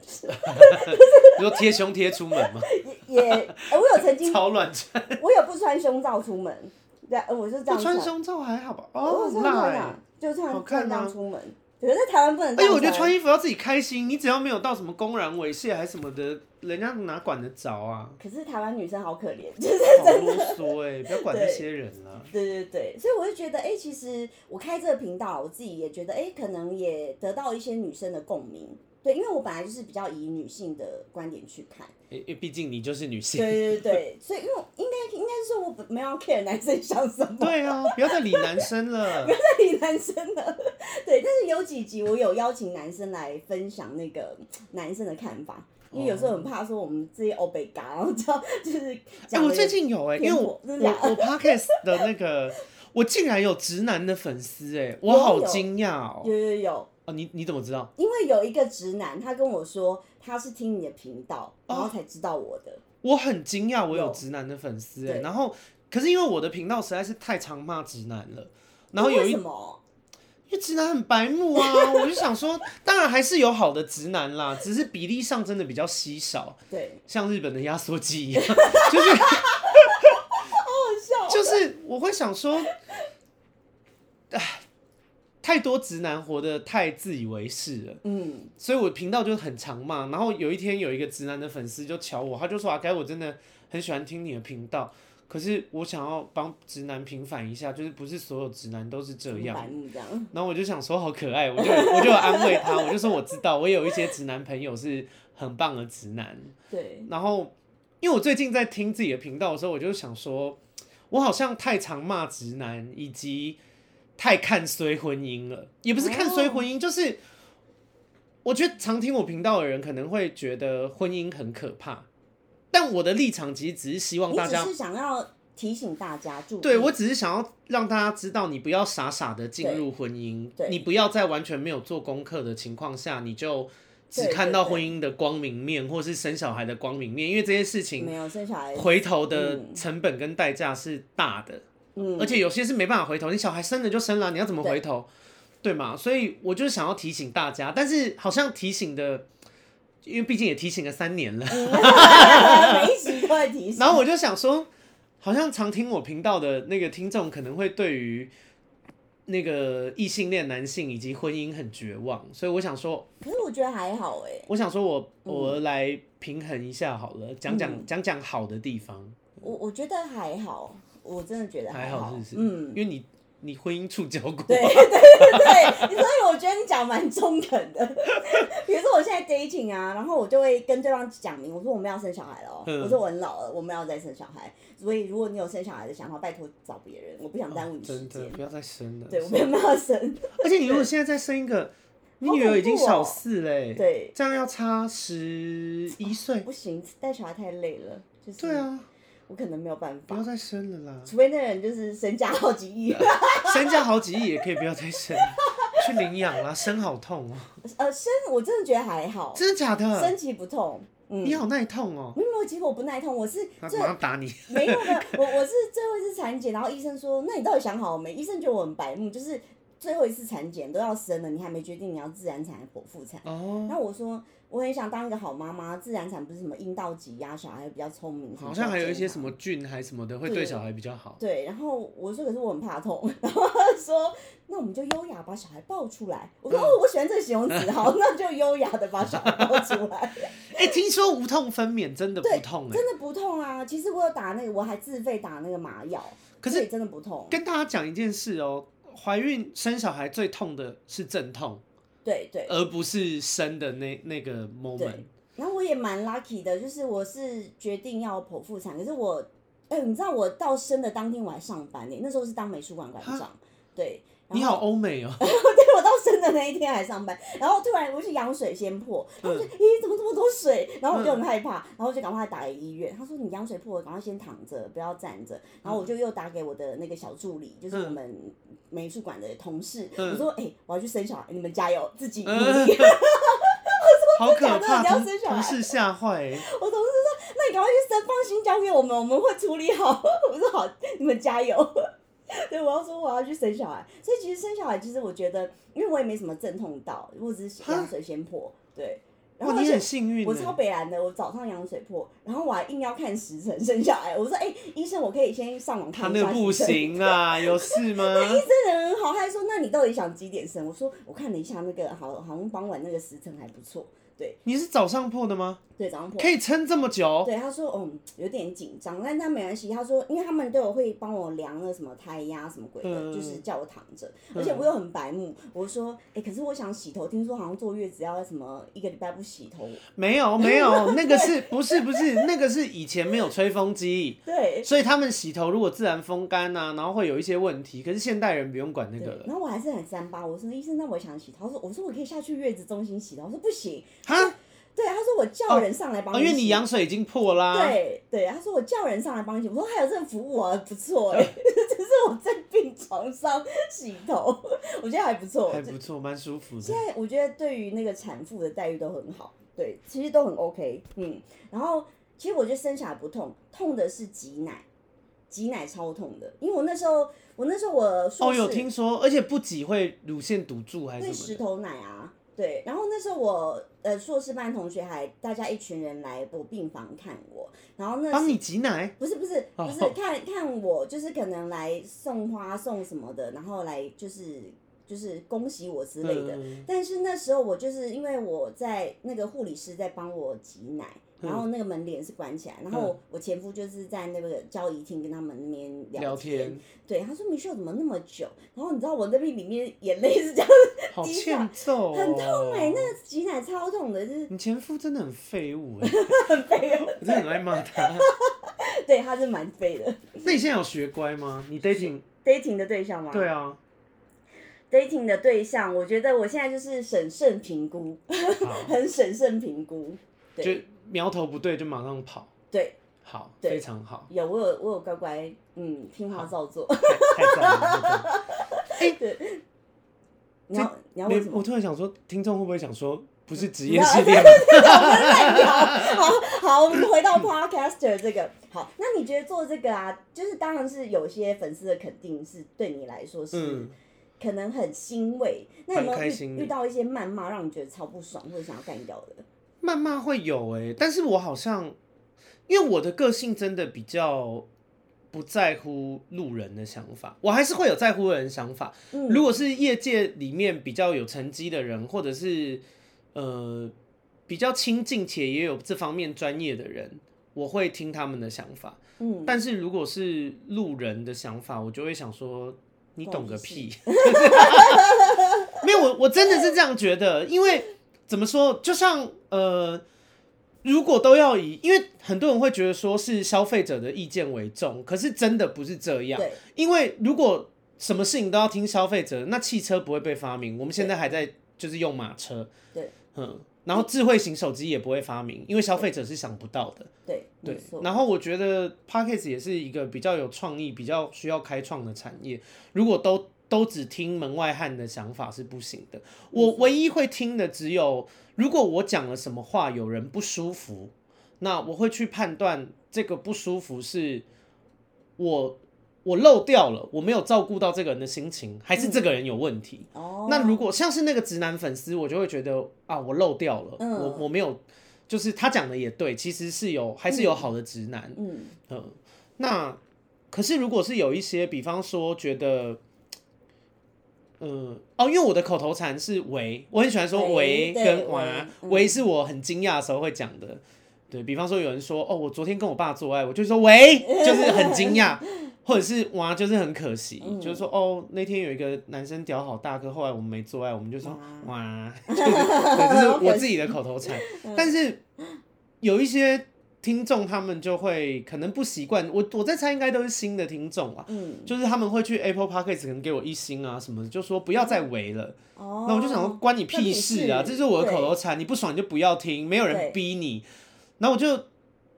[SPEAKER 2] 你说贴胸贴出门吗？
[SPEAKER 1] 也也、哎我有曾经
[SPEAKER 2] 超乱穿。
[SPEAKER 1] 我有不穿胸罩出门，对，呃我就这
[SPEAKER 2] 不
[SPEAKER 1] 样
[SPEAKER 2] 穿胸罩还好吧？哦，
[SPEAKER 1] 我
[SPEAKER 2] 很
[SPEAKER 1] 有
[SPEAKER 2] 辣
[SPEAKER 1] 穿
[SPEAKER 2] 哎、
[SPEAKER 1] 啊，就穿
[SPEAKER 2] 好
[SPEAKER 1] 穿
[SPEAKER 2] 看吗
[SPEAKER 1] 这样出门。可是在台湾不能这
[SPEAKER 2] 而且
[SPEAKER 1] 样
[SPEAKER 2] 哎我觉得穿衣服要自己开心，你只要没有到什么公然猥亵还什么的，人家哪管得着 啊？
[SPEAKER 1] 可是台湾女生好可怜， 就是
[SPEAKER 2] 好啰嗦哎、不要管那些人了。
[SPEAKER 1] 对对对，所以我就觉得，哎、其实我开这个频道，我自己也觉得，哎、可能也得到一些女生的共鸣。对，因为我本来就是比较以女性的观点去 看，
[SPEAKER 2] 因因为毕竟你就是女性。
[SPEAKER 1] 对对对，所以因为我应该应该是说我不没有 care 男生想什么，
[SPEAKER 2] 对啊，不要再理男 生了。哎
[SPEAKER 1] 在理男生的， 对，但是有几集我有邀请男生来分享那个男生的看法，因为有时候很怕说我们这些欧北嘎，然后就就是
[SPEAKER 2] 哎、
[SPEAKER 1] 讲了
[SPEAKER 2] 我最近有哎、因为我我
[SPEAKER 1] 真的假的
[SPEAKER 2] 我 podcast 的那个，我竟然有直男的粉丝哎、我
[SPEAKER 1] 有
[SPEAKER 2] 好
[SPEAKER 1] 有
[SPEAKER 2] 惊讶哦！
[SPEAKER 1] 有有有，
[SPEAKER 2] 哦，你你怎么知道？
[SPEAKER 1] 因为有一个直男他跟我说他是听你的频道，然后才知道我的，
[SPEAKER 2] 我很惊讶，我有
[SPEAKER 1] 有
[SPEAKER 2] 直男的粉丝哎、
[SPEAKER 1] 对
[SPEAKER 2] 然后可是因为我的频道实在是太常骂直男了，然后有
[SPEAKER 1] 为
[SPEAKER 2] 一
[SPEAKER 1] 什么？
[SPEAKER 2] 因为直男很白目啊，我就想说，当然还是有好的直男啦，只是比例上真的比较稀少，
[SPEAKER 1] 对，
[SPEAKER 2] 像日本的压缩机一样，就是
[SPEAKER 1] 好笑，
[SPEAKER 2] 就是我会想说，唉，太多直男活得太自以为是了。
[SPEAKER 1] 嗯，
[SPEAKER 2] 所以我频道就很长嘛。然后有一天有一个直男的粉丝就瞧我，他就说：“啊阿该，我真的很喜欢听你的频道，可是我想要帮直男平反一下，就是不是所有直男都是这样。
[SPEAKER 1] 白目这样，”
[SPEAKER 2] 然后我就想说好可爱，我就我就有安慰他，我就说我知道，我有一些直男朋友是很棒的直男。
[SPEAKER 1] 对，
[SPEAKER 2] 然后因为我最近在听自己的频道的时候，我就想说，我好像太常骂直男，以及太看衰婚姻了，也不是看衰婚
[SPEAKER 1] 哦
[SPEAKER 2] 姻，就是我觉得常听我频道的人可能会觉得婚姻很可怕，但我的立场其实只是希望
[SPEAKER 1] 你
[SPEAKER 2] 大
[SPEAKER 1] 只
[SPEAKER 2] 家。
[SPEAKER 1] 是想要提醒大家注意，
[SPEAKER 2] 对，我只是想要让大家知道，你不要傻傻的进入婚姻
[SPEAKER 1] 对，对
[SPEAKER 2] 你不要在完全没有做功课的情况下，你就只
[SPEAKER 1] 对
[SPEAKER 2] 看
[SPEAKER 1] 对
[SPEAKER 2] 到
[SPEAKER 1] 对
[SPEAKER 2] 婚姻的光明面，或是生小孩的光明面，因为这些事情
[SPEAKER 1] 没有生小孩，
[SPEAKER 2] 回头的
[SPEAKER 1] 嗯
[SPEAKER 2] 成本跟代价是大的，
[SPEAKER 1] 嗯，
[SPEAKER 2] 而且有些是没办法回头，你小孩生了就生了，你要怎么回头？对嘛？所以我就想要提醒大家，但是好像提醒的，因为毕竟也提醒了三年了，
[SPEAKER 1] 每一集都会提醒。
[SPEAKER 2] 然后我就想说，好像常听我频道的那个听众可能会对于那个异性恋男性以及婚姻很绝望，所以我想说，
[SPEAKER 1] 可是我觉得还好哎、
[SPEAKER 2] 我想说我我来平衡一下好了，讲讲
[SPEAKER 1] 嗯
[SPEAKER 2] 讲讲好的地方。
[SPEAKER 1] 我我觉得还好，我真的觉得
[SPEAKER 2] 还好
[SPEAKER 1] 好，
[SPEAKER 2] 是不是？因
[SPEAKER 1] 嗯，
[SPEAKER 2] 为你你婚姻触礁过，
[SPEAKER 1] 对对对对，所以我觉得你讲蛮中肯的。比如说我现在 dating 啊，然后我就会跟对方讲明，我说我们要生小孩了、哦，
[SPEAKER 2] 嗯
[SPEAKER 1] 我说我很老了，我们要再生小孩，所以如果你有生小孩的想法，拜托找别人，我不想耽误你时
[SPEAKER 2] 哦真
[SPEAKER 1] 间。
[SPEAKER 2] 的不要再生了。
[SPEAKER 1] 对，我没有办法生，
[SPEAKER 2] 而且你如果现在再生一个，你女儿已经小四嘞、
[SPEAKER 1] 哦对，
[SPEAKER 2] 这样要差十一岁。
[SPEAKER 1] 不行，带小孩太累了，就是
[SPEAKER 2] 对啊，
[SPEAKER 1] 我可能没有办
[SPEAKER 2] 不要
[SPEAKER 1] 法，
[SPEAKER 2] 再生了啦，
[SPEAKER 1] 除非那人就是身家好几亿。
[SPEAKER 2] 身价好几亿也可以不要再生，去领养啦，生好痛 哦、
[SPEAKER 1] 呃，生我真的觉得还好，
[SPEAKER 2] 真的假的
[SPEAKER 1] 生？其不痛。嗯，
[SPEAKER 2] 你好耐痛哦、
[SPEAKER 1] 没有，没有，其实我不耐痛，我是
[SPEAKER 2] 他
[SPEAKER 1] 最
[SPEAKER 2] 马上打你。
[SPEAKER 1] 没有的，我我是最后一次产检，然后医生说，那你到底想好了没？医生觉得我很白目，就是最后一次产检都要生了，你还没决定你要自然产还是剖腹产。
[SPEAKER 2] 哦，
[SPEAKER 1] 然后我说，我很想当一个好妈妈，自然产不是什么阴道挤压，小孩比较聪明，
[SPEAKER 2] 好像还有一些
[SPEAKER 1] 什
[SPEAKER 2] 什
[SPEAKER 1] 么
[SPEAKER 2] 么菌还什么的，会
[SPEAKER 1] 对
[SPEAKER 2] 对小孩比较好
[SPEAKER 1] 比较健康。。对，然后我说可是我很怕痛，然后他说那我们就优雅把小孩抱出来。我
[SPEAKER 2] 嗯
[SPEAKER 1] 说、哦，我喜欢这个形容词，好，那就优雅的把小孩抱出来。
[SPEAKER 2] 哎、听说无痛分娩真的不
[SPEAKER 1] 对
[SPEAKER 2] 痛哎、
[SPEAKER 1] 真的不痛啊！其实我有打那个，我还自费打那个麻药，
[SPEAKER 2] 可
[SPEAKER 1] 所
[SPEAKER 2] 是
[SPEAKER 1] 以真的不痛。
[SPEAKER 2] 跟大家讲一件事哦、怀孕生小孩最痛的是阵痛，
[SPEAKER 1] 对对。
[SPEAKER 2] 而不是生的那那个 moment
[SPEAKER 1] 对。然后我也蛮 lucky 的，就是我是决定要剖腹产，可是我，哎、你知道我到生的当天我还上班呢、那时候是当美术馆馆长，对。然
[SPEAKER 2] 你
[SPEAKER 1] 后
[SPEAKER 2] 好，欧美 哦、
[SPEAKER 1] 对我到生的那一天还上班，然后突然我去羊水先破，然后我就咦、怎么这么多水？然后我就很害怕，然后就赶快打给医院，他说你羊水破了，赶快先躺着，不要站着。然后我就又打给我的那个小助理，就是我们美术馆的同事，
[SPEAKER 2] 嗯
[SPEAKER 1] 我说哎、我要去生小孩，你们加油，自己努
[SPEAKER 2] 嗯
[SPEAKER 1] 力。
[SPEAKER 2] 好可怕，
[SPEAKER 1] 真的你要
[SPEAKER 2] 同
[SPEAKER 1] 生小孩
[SPEAKER 2] 同事吓坏欸。
[SPEAKER 1] 我同事说：“那你赶快去生，放心交给我们，我们会处理好。” 我说：“好，你们加油。” 对，我要说我要去生小孩，所以其实生小孩，其实我觉得，因为我也没什么阵痛到，我只是羊水先破，对。然后
[SPEAKER 2] 哇，
[SPEAKER 1] 而
[SPEAKER 2] 你
[SPEAKER 1] 且
[SPEAKER 2] 很幸运欸。
[SPEAKER 1] 我超北蓝的，我早上羊水破，然后我还硬要看时辰生小孩。我说：“哎、医生，我可以先上网
[SPEAKER 2] 他
[SPEAKER 1] 看一
[SPEAKER 2] 那
[SPEAKER 1] 下
[SPEAKER 2] 个不
[SPEAKER 1] 时辰。”
[SPEAKER 2] 行啊，有事吗？
[SPEAKER 1] 这人很好，他还说：“那你到底想几点生？”我说：“我看了一下那个，好好像傍晚那个时辰还不错。”对
[SPEAKER 2] 你是早上破的吗？
[SPEAKER 1] 对，早上破。
[SPEAKER 2] 可以撑这么久？
[SPEAKER 1] 对，他说嗯有点紧张，但他没关系。他说，因为他们都有会帮我量那什么胎压什么鬼的，
[SPEAKER 2] 嗯
[SPEAKER 1] 就是叫我躺着。而且我又很白目，我说，哎、可是我想洗头，听说好像坐月子要什么一个礼拜不洗 头。
[SPEAKER 2] 没有没有，那个是不是不是那个是以前没有吹风机，
[SPEAKER 1] 对，
[SPEAKER 2] 所以他们洗头如果自然风干呐、然后会有一些问题。可是现代人不用管那个
[SPEAKER 1] 对，
[SPEAKER 2] 了。
[SPEAKER 1] 然后我还是很三八，我说医生，那我想洗头。他说，我说我可以下去月子中心洗头。我说不行。
[SPEAKER 2] 哈，
[SPEAKER 1] 对，他说我叫人上来帮
[SPEAKER 2] 哦，
[SPEAKER 1] 你洗、
[SPEAKER 2] 因为你羊水已经破啦、
[SPEAKER 1] 对对，他说我叫人上来帮你洗，我说还有这个服务啊，不错
[SPEAKER 2] 嗯
[SPEAKER 1] 哎、只是我在病床上洗头，我觉得还不错。
[SPEAKER 2] 还不错，蛮舒服的
[SPEAKER 1] 现。在我觉得对于那个产妇的待遇都很好，对，其实都很 OK，嗯。然后其实我觉得生小孩不痛，痛的是挤奶，挤奶超痛的，因为我那时候我那时候我硕
[SPEAKER 2] 哦，
[SPEAKER 1] 士、
[SPEAKER 2] 有听说，而且不挤会乳腺堵住还
[SPEAKER 1] 对
[SPEAKER 2] 是什
[SPEAKER 1] 石
[SPEAKER 2] 么的。
[SPEAKER 1] 头奶啊，对。然后那时候我呃硕士班同学还大家一群人来我病房看我，然后那
[SPEAKER 2] 帮
[SPEAKER 1] 时
[SPEAKER 2] 你挤奶，
[SPEAKER 1] 不是不是
[SPEAKER 2] 哦
[SPEAKER 1] 不是、看看我，就是可能来送花送什么的，然后来就是就是恭喜我之类的。
[SPEAKER 2] 嗯
[SPEAKER 1] 但是那时候我就是因为我在那个护理师在帮我挤奶，
[SPEAKER 2] 嗯
[SPEAKER 1] 然后那个门帘是关起来，然后我前夫就是在那个交易厅跟他们那边
[SPEAKER 2] 聊天，
[SPEAKER 1] 对，他说米秀怎么那么久？然后你知道我那边里面眼泪是这样，
[SPEAKER 2] 好欠揍、哦，
[SPEAKER 1] 很痛哎、那个挤奶超痛的，就是
[SPEAKER 2] 你前夫真的很废物哎、
[SPEAKER 1] 很悲哦。
[SPEAKER 2] 我真的很爱骂他。
[SPEAKER 1] 对，他是蛮悲的。
[SPEAKER 2] 那你现在有学乖吗？你 dating
[SPEAKER 1] dating 的对象吗？
[SPEAKER 2] 对啊，
[SPEAKER 1] dating 的对象，我觉得我现在就是审慎评估，
[SPEAKER 2] 好，
[SPEAKER 1] 很审慎评估。
[SPEAKER 2] 就
[SPEAKER 1] 对
[SPEAKER 2] 苗头不对就马上跑，
[SPEAKER 1] 对，
[SPEAKER 2] 好，
[SPEAKER 1] 对，
[SPEAKER 2] 非常好
[SPEAKER 1] 有我有我有乖乖，嗯，听话照做。
[SPEAKER 2] 太太赞了太赞了。哎
[SPEAKER 1] 你要 你要问什
[SPEAKER 2] 没，
[SPEAKER 1] 么
[SPEAKER 2] 我？突然想说，听众会不会想说不是职业 系列吗？
[SPEAKER 1] 好好，我们回 到 podcaster 这个。好，那你觉得做这个啊，就是当然是有些粉丝的肯定是对你来说是
[SPEAKER 2] 嗯，
[SPEAKER 1] 可能很欣慰。那有没
[SPEAKER 2] 蛮开
[SPEAKER 1] 有
[SPEAKER 2] 心
[SPEAKER 1] 遇
[SPEAKER 2] 的
[SPEAKER 1] 遇到一些谩骂让你觉得超不爽或者想要干掉的？
[SPEAKER 2] 慢慢会有哎、但是我好像因为我的个性真的比较不在乎路人的想法，我还是会有在乎人的想法。
[SPEAKER 1] 嗯
[SPEAKER 2] 如果是业界里面比较有成绩的人，或者是呃比较亲近且也有这方面专业的人，我会听他们的想法。
[SPEAKER 1] 嗯，
[SPEAKER 2] 但是如果是路人的想法，我就会想说，你懂个屁。 没有，我我真的是这样觉得，因为怎么说，就像呃，如果都要以，因为很多人会觉得说是消费者的意见为重，可是真的不是这样。
[SPEAKER 1] 对
[SPEAKER 2] 因为如果什么事情都要听消费者，那汽车不会被发明，我们现在还在就是用马车，
[SPEAKER 1] 对，
[SPEAKER 2] 嗯，然后智慧型手机也不会发明，因为消费者是想不到的。
[SPEAKER 1] 对，没
[SPEAKER 2] 对
[SPEAKER 1] 错，，
[SPEAKER 2] 然后我觉得 podcast 也是一个比较有创意、比较需要开创的产业。如果都都只听门外汉的想法是不行的。我唯一会听的只有，如果我讲了什么话有人不舒服，那我会去判断这个不舒服是我我漏掉了，我没有照顾到这个人的心情，还
[SPEAKER 1] 嗯
[SPEAKER 2] 是这个人有问题。
[SPEAKER 1] 哦，
[SPEAKER 2] 那如果像是那个直男粉丝，我就会觉得啊，我漏掉了，
[SPEAKER 1] 嗯
[SPEAKER 2] 我我没有，就是他讲的也对，其实是有还是有好的直男，
[SPEAKER 1] 嗯
[SPEAKER 2] 嗯，那可是如果是有一些，比方说觉得，嗯、哦，因为我的口头禅是“喂”，我很喜欢说“
[SPEAKER 1] 喂
[SPEAKER 2] 喂”
[SPEAKER 1] 对
[SPEAKER 2] 跟“哇”，“
[SPEAKER 1] 喂嗯
[SPEAKER 2] 喂”是我很惊讶的时候会讲的。对比方说，有人说：“哦，我昨天跟我爸做爱。”我就说：“喂”，就是很惊 讶，或者是“哇”，就是很可惜，
[SPEAKER 1] 嗯
[SPEAKER 2] 就是说：“哦，那天有一个男生屌好大哥，后来我们没做爱，我们就说哇， 嗯就是对这是我自己的口头 禅。但是有一些听众他们就会可能不习惯，我我在猜应该都是新的听众啊，
[SPEAKER 1] 嗯，
[SPEAKER 2] 就是他们会去 Apple Podcast 可能给我一星啊什么的，就说不要再围了。
[SPEAKER 1] 哦，
[SPEAKER 2] 那我就想说关你屁事
[SPEAKER 1] 关
[SPEAKER 2] 啊，
[SPEAKER 1] 你屁事
[SPEAKER 2] 这就是我的口头
[SPEAKER 1] 对
[SPEAKER 2] 禅，你不爽你就不要听，没有
[SPEAKER 1] 对
[SPEAKER 2] 人逼你。然后我就。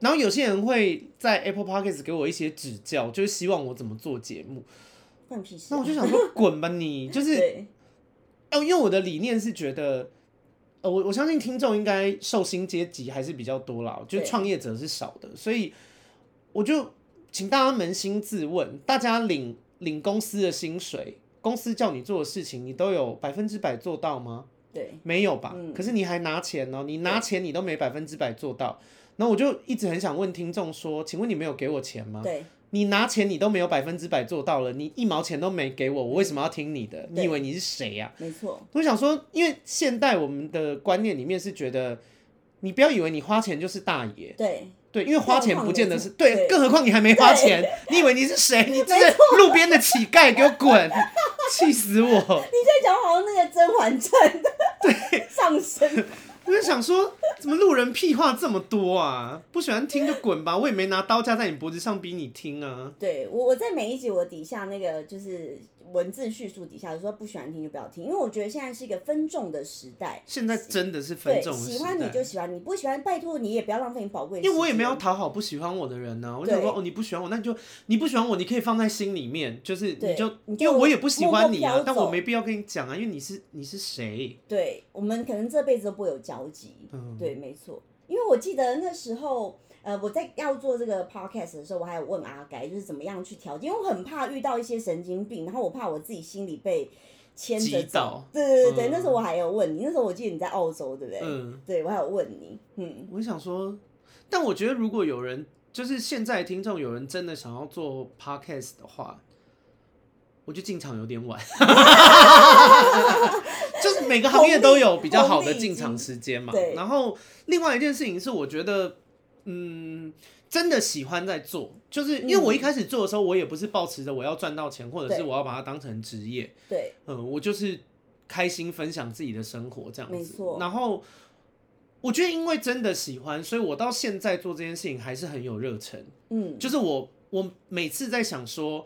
[SPEAKER 2] 然后有些人会在 Apple Podcast 给我一些指教，就是希望我怎么做节目。
[SPEAKER 1] 关你屁事啊，
[SPEAKER 2] 那我就想说，滚吧你！就是
[SPEAKER 1] 对，
[SPEAKER 2] 哦，因为我的理念是觉得，呃，我我相信听众应该受薪阶级还是比较多啦，就
[SPEAKER 1] 对
[SPEAKER 2] 创业者是少的，所以我就请大家扪心自问，大家领领公司的薪水，公司叫你做的事情，你都有百分之百做到吗？
[SPEAKER 1] 对
[SPEAKER 2] 没有吧？
[SPEAKER 1] 嗯
[SPEAKER 2] 可是你还拿钱哦，你拿钱你都没百分之百做到，然后我就一直很想问听众说，请问你没有给我钱吗？
[SPEAKER 1] 对，
[SPEAKER 2] 你拿钱你都没有百分之百做到了，你一毛钱都没给我，我为什么要听你的？你以为你是谁呀、
[SPEAKER 1] 没错，
[SPEAKER 2] 我想说，因为现代我们的观念里面是觉得，你不要以为你花钱就是大爷，
[SPEAKER 1] 对，
[SPEAKER 2] 对，因为花钱不见得是
[SPEAKER 1] 更何况你
[SPEAKER 2] 对，
[SPEAKER 1] 对
[SPEAKER 2] 更何况你还没花钱，你以为你是谁？你这是路边的乞丐，给我滚！气死我！
[SPEAKER 1] 你在讲好像那个《甄嬛传》的对 上身，
[SPEAKER 2] 我就想说，怎么路人屁话这么多啊？不喜欢听就滚吧，我也没拿刀架在你脖子上逼你听啊。
[SPEAKER 1] 对我，我在每一集我底下那个就是文字叙述底下，有时候不喜欢听就不要听，因为我觉得现在是一个分众的时代，
[SPEAKER 2] 现在真的是分
[SPEAKER 1] 对，
[SPEAKER 2] 众的
[SPEAKER 1] 喜
[SPEAKER 2] 时
[SPEAKER 1] 欢你
[SPEAKER 2] 代
[SPEAKER 1] 就。喜欢，你不喜欢，拜托你也不要浪费你宝贵的时
[SPEAKER 2] 因
[SPEAKER 1] 间。
[SPEAKER 2] 为我也没有讨好不喜欢我的人呢、我就
[SPEAKER 1] 对
[SPEAKER 2] 想说哦，你不喜欢我，那你就你不喜欢我，你可以放在心里面，就是你
[SPEAKER 1] 对
[SPEAKER 2] 就
[SPEAKER 1] 你就
[SPEAKER 2] 因为我也不喜欢你
[SPEAKER 1] 默
[SPEAKER 2] 啊
[SPEAKER 1] 默飘，
[SPEAKER 2] 但我
[SPEAKER 1] 走
[SPEAKER 2] 没必要跟你讲啊，因为你是你是谁？
[SPEAKER 1] 对，我们可能这辈子都不会有交集。
[SPEAKER 2] 嗯
[SPEAKER 1] 对，没错。因为我记得那时候，呃，我在要做这个 podcast 的时候，我还有问阿该，就是怎么样去调节，因为我很怕遇到一些神经病，然后我怕我自己心里被牵着
[SPEAKER 2] 击
[SPEAKER 1] 走
[SPEAKER 2] 倒。
[SPEAKER 1] 对对对对，
[SPEAKER 2] 嗯
[SPEAKER 1] 那时候我还有问你，那时候我记得你在澳洲，对不对？
[SPEAKER 2] 嗯，
[SPEAKER 1] 对，我还有问你，嗯，
[SPEAKER 2] 我想说，但我觉得如果有人就是现在听众有人真的想要做 podcast 的话，我就进场有点晚， 就是每个行业都有比较好的进场时间嘛
[SPEAKER 1] 红利已。经对
[SPEAKER 2] 然后另外一件事情是，我觉得，嗯，真的喜欢在做，就是因为我一开始做的时候，我也不是抱持着我要赚到钱，或者是
[SPEAKER 1] 嗯对
[SPEAKER 2] 我要把它当成职业，
[SPEAKER 1] 对，
[SPEAKER 2] 嗯，我就是开心分享自己的生活这样子。
[SPEAKER 1] 没错
[SPEAKER 2] 然后我觉得，因为真的喜欢，所以我到现在做这件事情还是很有热忱。
[SPEAKER 1] 嗯，
[SPEAKER 2] 就是我，我每次在想说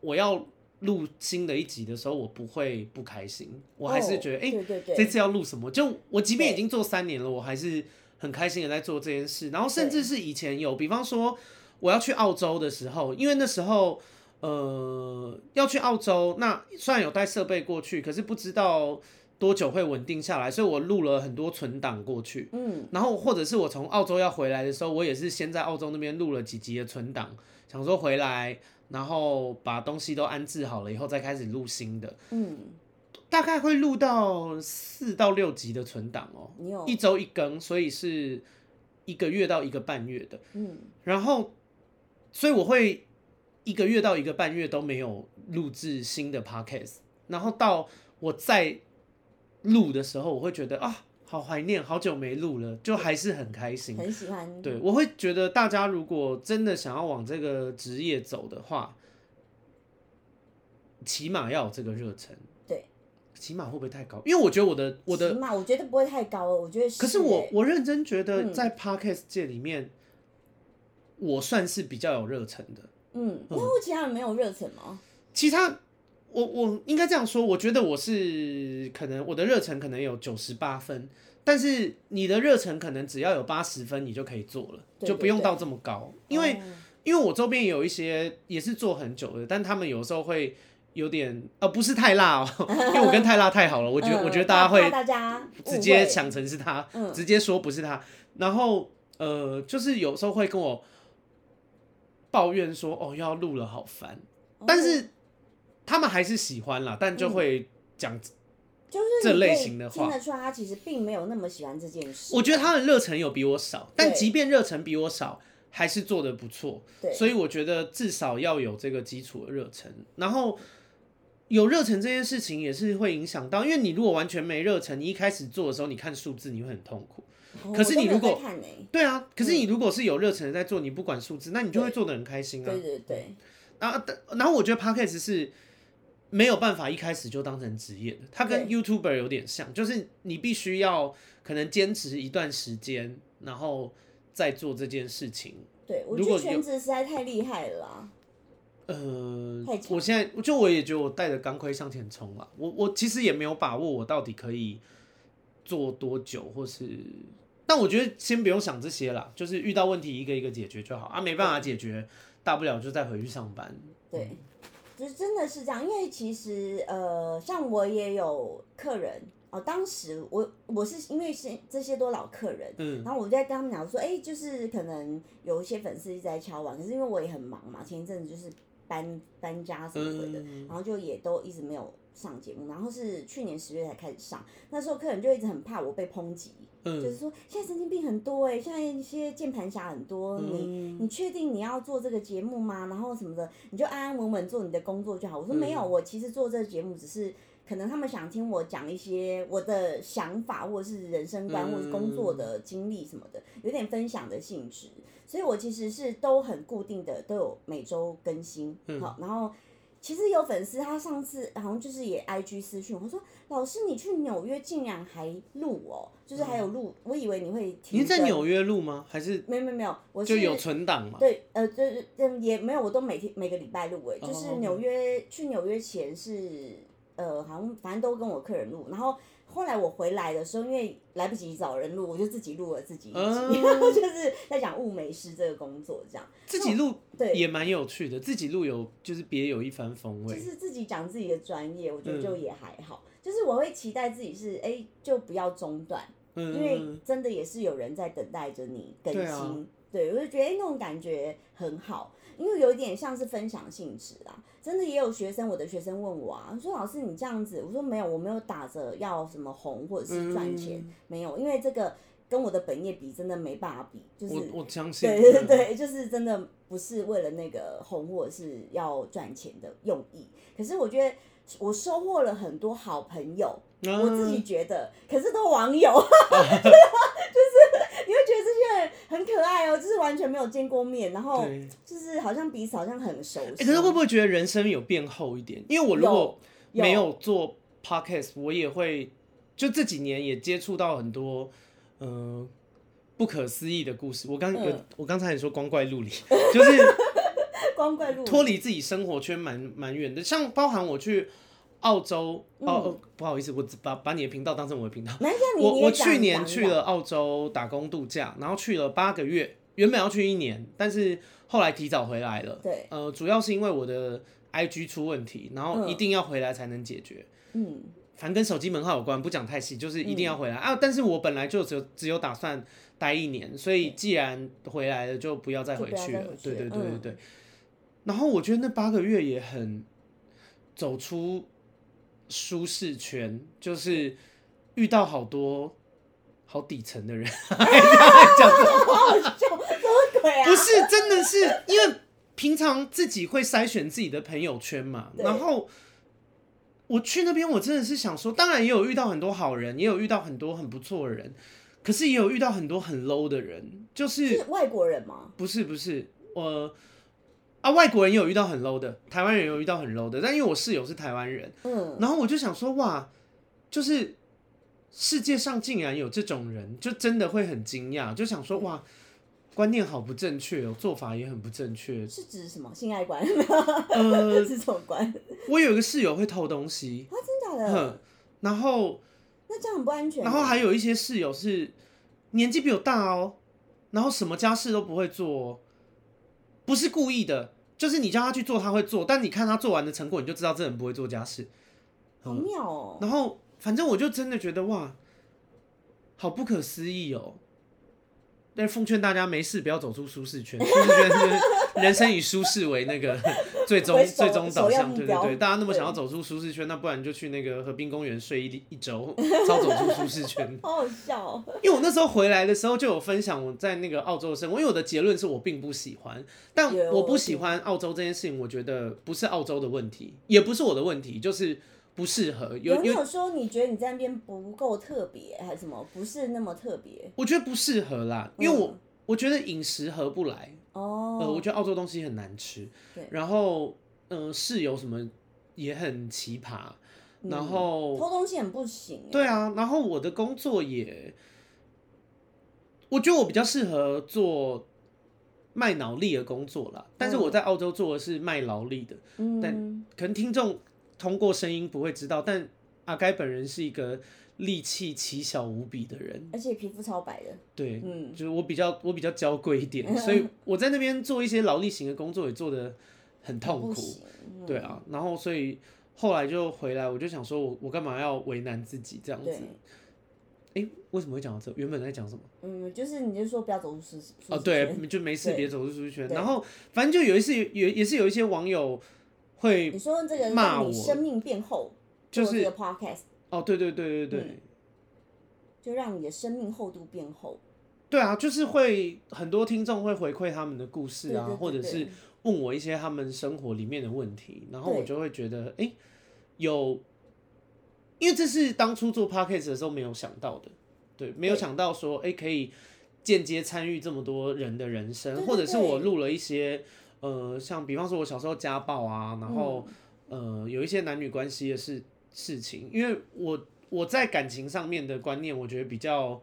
[SPEAKER 2] 我要录新的一集的时候，我不会不开心，我还是觉得，
[SPEAKER 1] 哦
[SPEAKER 2] 哎、
[SPEAKER 1] 对对
[SPEAKER 2] 这
[SPEAKER 1] 对，
[SPEAKER 2] 次要录什么？就我即便
[SPEAKER 1] 对
[SPEAKER 2] 已经做三年了，我还是很开心的在做这件事。然后甚至是以前有，比方说呃我要去澳洲的时候，因为那时候呃要去澳洲，那虽然有带设备过去，可是不知道多久会稳定下来，所以我录了很多存档过去。
[SPEAKER 1] 嗯，
[SPEAKER 2] 然后或者是我从澳洲要回来的时候，我也是先在澳洲那边录了几集的存档，想说回来，然后把东西都安置好了以后再开始录新的，
[SPEAKER 1] 嗯，
[SPEAKER 2] 大概会录到四到六集的存档哦，
[SPEAKER 1] 你有
[SPEAKER 2] 一，周一更，所以是一个月到一个半月的。
[SPEAKER 1] 嗯，
[SPEAKER 2] 然后，所以我会一个月到一个半月都没有录制新的 podcast，然后到我再录的时候，我会觉得啊，好怀念，好久没录了，就还是很开心。
[SPEAKER 1] 很喜欢，
[SPEAKER 2] 对，我会觉得大家如果真的想要往这个职业走的话，起码要有这个热忱。
[SPEAKER 1] 对，
[SPEAKER 2] 起码会不会太高？因为我觉得我的我的
[SPEAKER 1] 起码我觉得不会太高了，我觉得
[SPEAKER 2] 可
[SPEAKER 1] 是
[SPEAKER 2] 是我
[SPEAKER 1] 欸
[SPEAKER 2] 我认真觉得，
[SPEAKER 1] 嗯
[SPEAKER 2] 在 podcast 界里面，我算是比较有热忱的。
[SPEAKER 1] 嗯，那为其他人没有热忱吗？
[SPEAKER 2] 其他，我我应该这样说，我觉得我是可能我的热忱可能有九十八分，但是你的热忱可能只要有八十分，你就可以做了，
[SPEAKER 1] 对
[SPEAKER 2] 就不用
[SPEAKER 1] 对
[SPEAKER 2] 到这么高。因为
[SPEAKER 1] 哦
[SPEAKER 2] 因为我周边有一些也是做很久的，但他们有时候会有点呃不是太辣哦， 因为我跟太辣太好了，我觉得、
[SPEAKER 1] 嗯
[SPEAKER 2] 我觉得
[SPEAKER 1] 怕
[SPEAKER 2] 大家会
[SPEAKER 1] 怕大家
[SPEAKER 2] 直接
[SPEAKER 1] 抢，
[SPEAKER 2] 想成是他，
[SPEAKER 1] 嗯
[SPEAKER 2] 直接说不是他。然后呃，就是有时候会跟我抱怨说，哦，要录了好烦，
[SPEAKER 1] 哦嗯
[SPEAKER 2] 但是他们还是喜欢啦，但就会讲，
[SPEAKER 1] 就是
[SPEAKER 2] 这
[SPEAKER 1] 你
[SPEAKER 2] 类
[SPEAKER 1] 可以
[SPEAKER 2] 型的
[SPEAKER 1] 听
[SPEAKER 2] 话
[SPEAKER 1] 得出来他其实并没有那么喜欢这件事。
[SPEAKER 2] 我觉得他的热忱有比我少，但
[SPEAKER 1] 对
[SPEAKER 2] 即便热忱比我少，还是做的不错。
[SPEAKER 1] 对，
[SPEAKER 2] 所以我觉得至少要有这个基础的热忱，然后有热忱这件事情也是会影响到，因为你如果完全没热忱，你一开始做的时候，你看数字你会很痛苦。
[SPEAKER 1] 哦
[SPEAKER 2] 可是你如果
[SPEAKER 1] 我都没有在看欸
[SPEAKER 2] 对啊，可是你如果是有热忱的在做，你不管数字，那你就会
[SPEAKER 1] 对
[SPEAKER 2] 做的很开心啊
[SPEAKER 1] 对。对对，
[SPEAKER 2] 啊，但然后我觉得 podcast 是没有办法一开始就当成职业的，它跟 YouTuber 有点像，就是你必须要可能坚持一段时间，然后再做这件事情。
[SPEAKER 1] 对我
[SPEAKER 2] 如
[SPEAKER 1] 觉
[SPEAKER 2] 果
[SPEAKER 1] 得
[SPEAKER 2] 有
[SPEAKER 1] 全职实在太厉害了啊啦。
[SPEAKER 2] 呃
[SPEAKER 1] 太，强
[SPEAKER 2] 我现在就我也觉得我带着钢盔向前冲了，我我其实也没有把握我到底可以做多久，或是，但我觉得先不用想这些啦，就是遇到问题一个一个解决就好啊，没办法解决，大不了就再回去上班。嗯
[SPEAKER 1] 对，就是真的是这样，因为其实呃，像我也有客人哦，当时我我是因为是这些都老客人，
[SPEAKER 2] 嗯
[SPEAKER 1] 然后我就在跟他们讲说，哎、就是可能有一些粉丝一直在敲碗，可是因为我也很忙嘛，前一阵子就是搬搬家什么鬼的，
[SPEAKER 2] 嗯
[SPEAKER 1] 然后就也都一直没有上节目，然后是去年十月才开始上，那时候客人就一直很怕我被抨击，
[SPEAKER 2] 嗯
[SPEAKER 1] 就是说现在神经病很多哎、现在一些键盘侠很多，
[SPEAKER 2] 嗯
[SPEAKER 1] 你你确定你要做这个节目吗？然后什么的，你就安安稳稳做你的工作就好。我说没
[SPEAKER 2] 嗯
[SPEAKER 1] 有，我其实做这个节目只是。可能他们想听我讲一些我的想法，或者是人生观，
[SPEAKER 2] 嗯
[SPEAKER 1] 或者是工作的经历什么的，有点分享的性质。所以我其实是都很固定的，都有每周更新。
[SPEAKER 2] 嗯
[SPEAKER 1] 好，然后其实有粉丝他上次好像就是也 IG 私讯我，他说老师你去纽约竟然还录哦，就是还有录，我以为你会停。
[SPEAKER 2] 您嗯在？纽约录吗？还是
[SPEAKER 1] 没有没有没有，我
[SPEAKER 2] 就是有存档嘛？
[SPEAKER 1] 对，呃，就是嗯，也没有，我都每天每个礼拜录诶，就
[SPEAKER 2] 哦
[SPEAKER 1] 是纽约去纽约前是呃，好像反正都跟我客人录，然后后来我回来的时候，因为来不及找人录，我就自己录了自己一集，
[SPEAKER 2] 嗯
[SPEAKER 1] 就是在讲物美师这个工作这样，
[SPEAKER 2] 自己录
[SPEAKER 1] 对
[SPEAKER 2] 也蛮有趣的，自己录有就是别有一番风
[SPEAKER 1] 就
[SPEAKER 2] 味。
[SPEAKER 1] 是自己讲自己的专业，我觉
[SPEAKER 2] 嗯
[SPEAKER 1] 得就也还好，就是我会期待自己是哎、就不要中断。
[SPEAKER 2] 嗯，
[SPEAKER 1] 因为真的也是有人在等待着你更
[SPEAKER 2] 对
[SPEAKER 1] 新。
[SPEAKER 2] 啊
[SPEAKER 1] 对，我就觉得、哎那种感觉很好，因为有一点像是分享性质啊。真的也有学生，我的学生问我啊，说老师你这样子，我说没有，我没有打着要什么红或者是赚钱，
[SPEAKER 2] 嗯
[SPEAKER 1] 没有，因为这个跟我的本业比真的没办法比，就是
[SPEAKER 2] 我 嗯我相信，
[SPEAKER 1] 对对对，就是真的不是为了那个红或者是要赚钱的用意。可是我觉得我收获了很多好朋友，
[SPEAKER 2] 嗯，
[SPEAKER 1] 我自己觉得，可是都网友， 就是你会觉得这些人很可爱哦，就是完全没有见过面，然后
[SPEAKER 2] 对。
[SPEAKER 1] 就是好像彼此好像很熟悉。
[SPEAKER 2] 欸可是会不会觉得人生有变厚一点？因为我如果
[SPEAKER 1] 有
[SPEAKER 2] 没有做 podcast，我也会就这几年也接触到很多嗯、呃不可思议的故事。我刚有、
[SPEAKER 1] 嗯
[SPEAKER 2] 我刚才也说光怪陆离， 就是
[SPEAKER 1] 光怪陆离
[SPEAKER 2] 脱离自己生活圈蛮蛮远的。像包含我去澳洲，哦、哦不好意思，我只把把你的频道当成我的频道。
[SPEAKER 1] 没事，嗯啊你
[SPEAKER 2] 我
[SPEAKER 1] 你也
[SPEAKER 2] 我
[SPEAKER 1] 讲
[SPEAKER 2] 去
[SPEAKER 1] 讲
[SPEAKER 2] 年
[SPEAKER 1] 一
[SPEAKER 2] 去
[SPEAKER 1] 讲
[SPEAKER 2] 了澳洲打工度假，然后去了八个月，原本要去一年，但是后来提早回来了。
[SPEAKER 1] 对，
[SPEAKER 2] 呃，主要是因为我的 IG 出问题，然后
[SPEAKER 1] 嗯
[SPEAKER 2] 一定要回来才能解决。
[SPEAKER 1] 嗯
[SPEAKER 2] 反正跟手机门号有关，不讲太细，就是一定要回来、啊！但是我本来就只有只有打算待一年，所以既然回来了，就不要再
[SPEAKER 1] 就
[SPEAKER 2] 回
[SPEAKER 1] 不要
[SPEAKER 2] 去
[SPEAKER 1] 再
[SPEAKER 2] 了。
[SPEAKER 1] 回去
[SPEAKER 2] 对对
[SPEAKER 1] 了
[SPEAKER 2] 对对
[SPEAKER 1] 嗯
[SPEAKER 2] 对。然后我觉得那八个月也很走出舒适圈，就是遇到好多好底层的人， 讲这种话
[SPEAKER 1] 对啊，
[SPEAKER 2] 不是，真的是因为平常自己会筛选自己的朋友圈嘛，
[SPEAKER 1] 对
[SPEAKER 2] 然后我去那边，我真的是想说，当然也有遇到很多好人，也有遇到很多很不错的人，可是也有遇到很多很 low 的人，就是
[SPEAKER 1] 是外国人吗？
[SPEAKER 2] 不是不是我。呃啊，外国人也有遇到很 low 的，台湾人也有遇到很 low 的，但因为我室友是台湾人，
[SPEAKER 1] 嗯，。
[SPEAKER 2] 然后我就想说，哇，就是世界上竟然有这种人，就真的会很惊讶，就想说，哇，观念好不正确哦，做法也很不正 确
[SPEAKER 1] 是指什么性爱 观？啊
[SPEAKER 2] 呃，
[SPEAKER 1] 是这种观？啊，
[SPEAKER 2] 我有一个室友会偷东西，
[SPEAKER 1] 真的假的？
[SPEAKER 2] 哼，然后
[SPEAKER 1] 那这样很不安全。
[SPEAKER 2] 嗯然后还有一些室友是年纪比我大哦，然后什么家事都不会做、哦，不是故意的，就是你叫他去做他会做，但你看他做完的成果，你就知道这人不会做家事。嗯
[SPEAKER 1] 好妙哦，
[SPEAKER 2] 然后反正我就真的觉得哇，好不可思议哦。但是奉劝大家没事不要走出舒适圈，舒适圈就是人生以舒适为那个最终
[SPEAKER 1] 为首
[SPEAKER 2] 最终导
[SPEAKER 1] 首要
[SPEAKER 2] 向，
[SPEAKER 1] 目
[SPEAKER 2] 对对
[SPEAKER 1] 标
[SPEAKER 2] 对。大家那么
[SPEAKER 1] 对
[SPEAKER 2] 想要走出舒适圈，那不然就去那个河滨公园睡一一周， 超走出舒适圈。
[SPEAKER 1] 好好笑哦。
[SPEAKER 2] 因为我那时候回来的时候就有分享我在那个澳洲的生活，因为我的结论是我并不喜欢，但
[SPEAKER 1] 有
[SPEAKER 2] 我不喜欢澳洲这件事情，我觉得不是澳洲的问题，也不是我的问题，就是不适合。有
[SPEAKER 1] 有没
[SPEAKER 2] 有
[SPEAKER 1] 有说你觉得你在那边不够特别，还是什么不是那么特别？
[SPEAKER 2] 我觉得不适合啦，因为我、
[SPEAKER 1] 嗯
[SPEAKER 2] 我觉得饮食合不来，呃，
[SPEAKER 1] 哦，
[SPEAKER 2] 我觉得澳洲东西很难吃
[SPEAKER 1] 对，
[SPEAKER 2] 然后呃室友什么也很奇葩，
[SPEAKER 1] 嗯
[SPEAKER 2] 然后、
[SPEAKER 1] 偷东西很不行欸。
[SPEAKER 2] 对啊，然后我的工作也，我觉得我比较适合做卖脑力的工作啦，但是我在澳洲做的是卖劳力的，
[SPEAKER 1] 嗯，
[SPEAKER 2] 可能听众通过声音不会知道，但阿该本人是一个力气奇小无比的人，
[SPEAKER 1] 而且皮肤超白的，
[SPEAKER 2] 对，
[SPEAKER 1] 嗯
[SPEAKER 2] 就是我比较我比较娇贵一点，所以我在那边做一些劳力型的工作也做得很痛
[SPEAKER 1] 不
[SPEAKER 2] 苦，
[SPEAKER 1] 行。嗯
[SPEAKER 2] 对啊，然后所以后来就回来，我就想说我我干嘛要为难自己这样子
[SPEAKER 1] 对？，
[SPEAKER 2] 哎、为什么会讲到这？原本在讲什么？
[SPEAKER 1] 嗯，就是你就说不要走出舒适舒
[SPEAKER 2] 哦，
[SPEAKER 1] 适
[SPEAKER 2] 对
[SPEAKER 1] 圈，，
[SPEAKER 2] 就没事
[SPEAKER 1] 对
[SPEAKER 2] 别走出舒适圈。
[SPEAKER 1] 对
[SPEAKER 2] 然后反正就有一次有也是有一些网友会
[SPEAKER 1] 你说这个
[SPEAKER 2] 骂
[SPEAKER 1] 让
[SPEAKER 2] 我
[SPEAKER 1] 你生命变厚，
[SPEAKER 2] 就
[SPEAKER 1] 嗯做这嗯
[SPEAKER 2] 是
[SPEAKER 1] 个 podcast，
[SPEAKER 2] 哦，对对对对对，
[SPEAKER 1] 就让你的生命厚度变厚。
[SPEAKER 2] 对啊，就是会很多听众会回馈他们的故事
[SPEAKER 1] 对
[SPEAKER 2] 啊，
[SPEAKER 1] 对对
[SPEAKER 2] 或者是问我一些他们生活里面的问题，然后我
[SPEAKER 1] 对
[SPEAKER 2] 就会觉得，哎、有，因为这是当初做 podcast 的时候没有想到的，对，没有
[SPEAKER 1] 对
[SPEAKER 2] 想到说，哎、可以间接参与这么多人的人生，
[SPEAKER 1] 对对
[SPEAKER 2] 或者是
[SPEAKER 1] 对
[SPEAKER 2] 我录了一些，呃，像比方说我小时候家暴啊，然后、
[SPEAKER 1] 嗯
[SPEAKER 2] 呃有一些男女关系的事事情，因为我我在感情上面的观念，我觉得比较。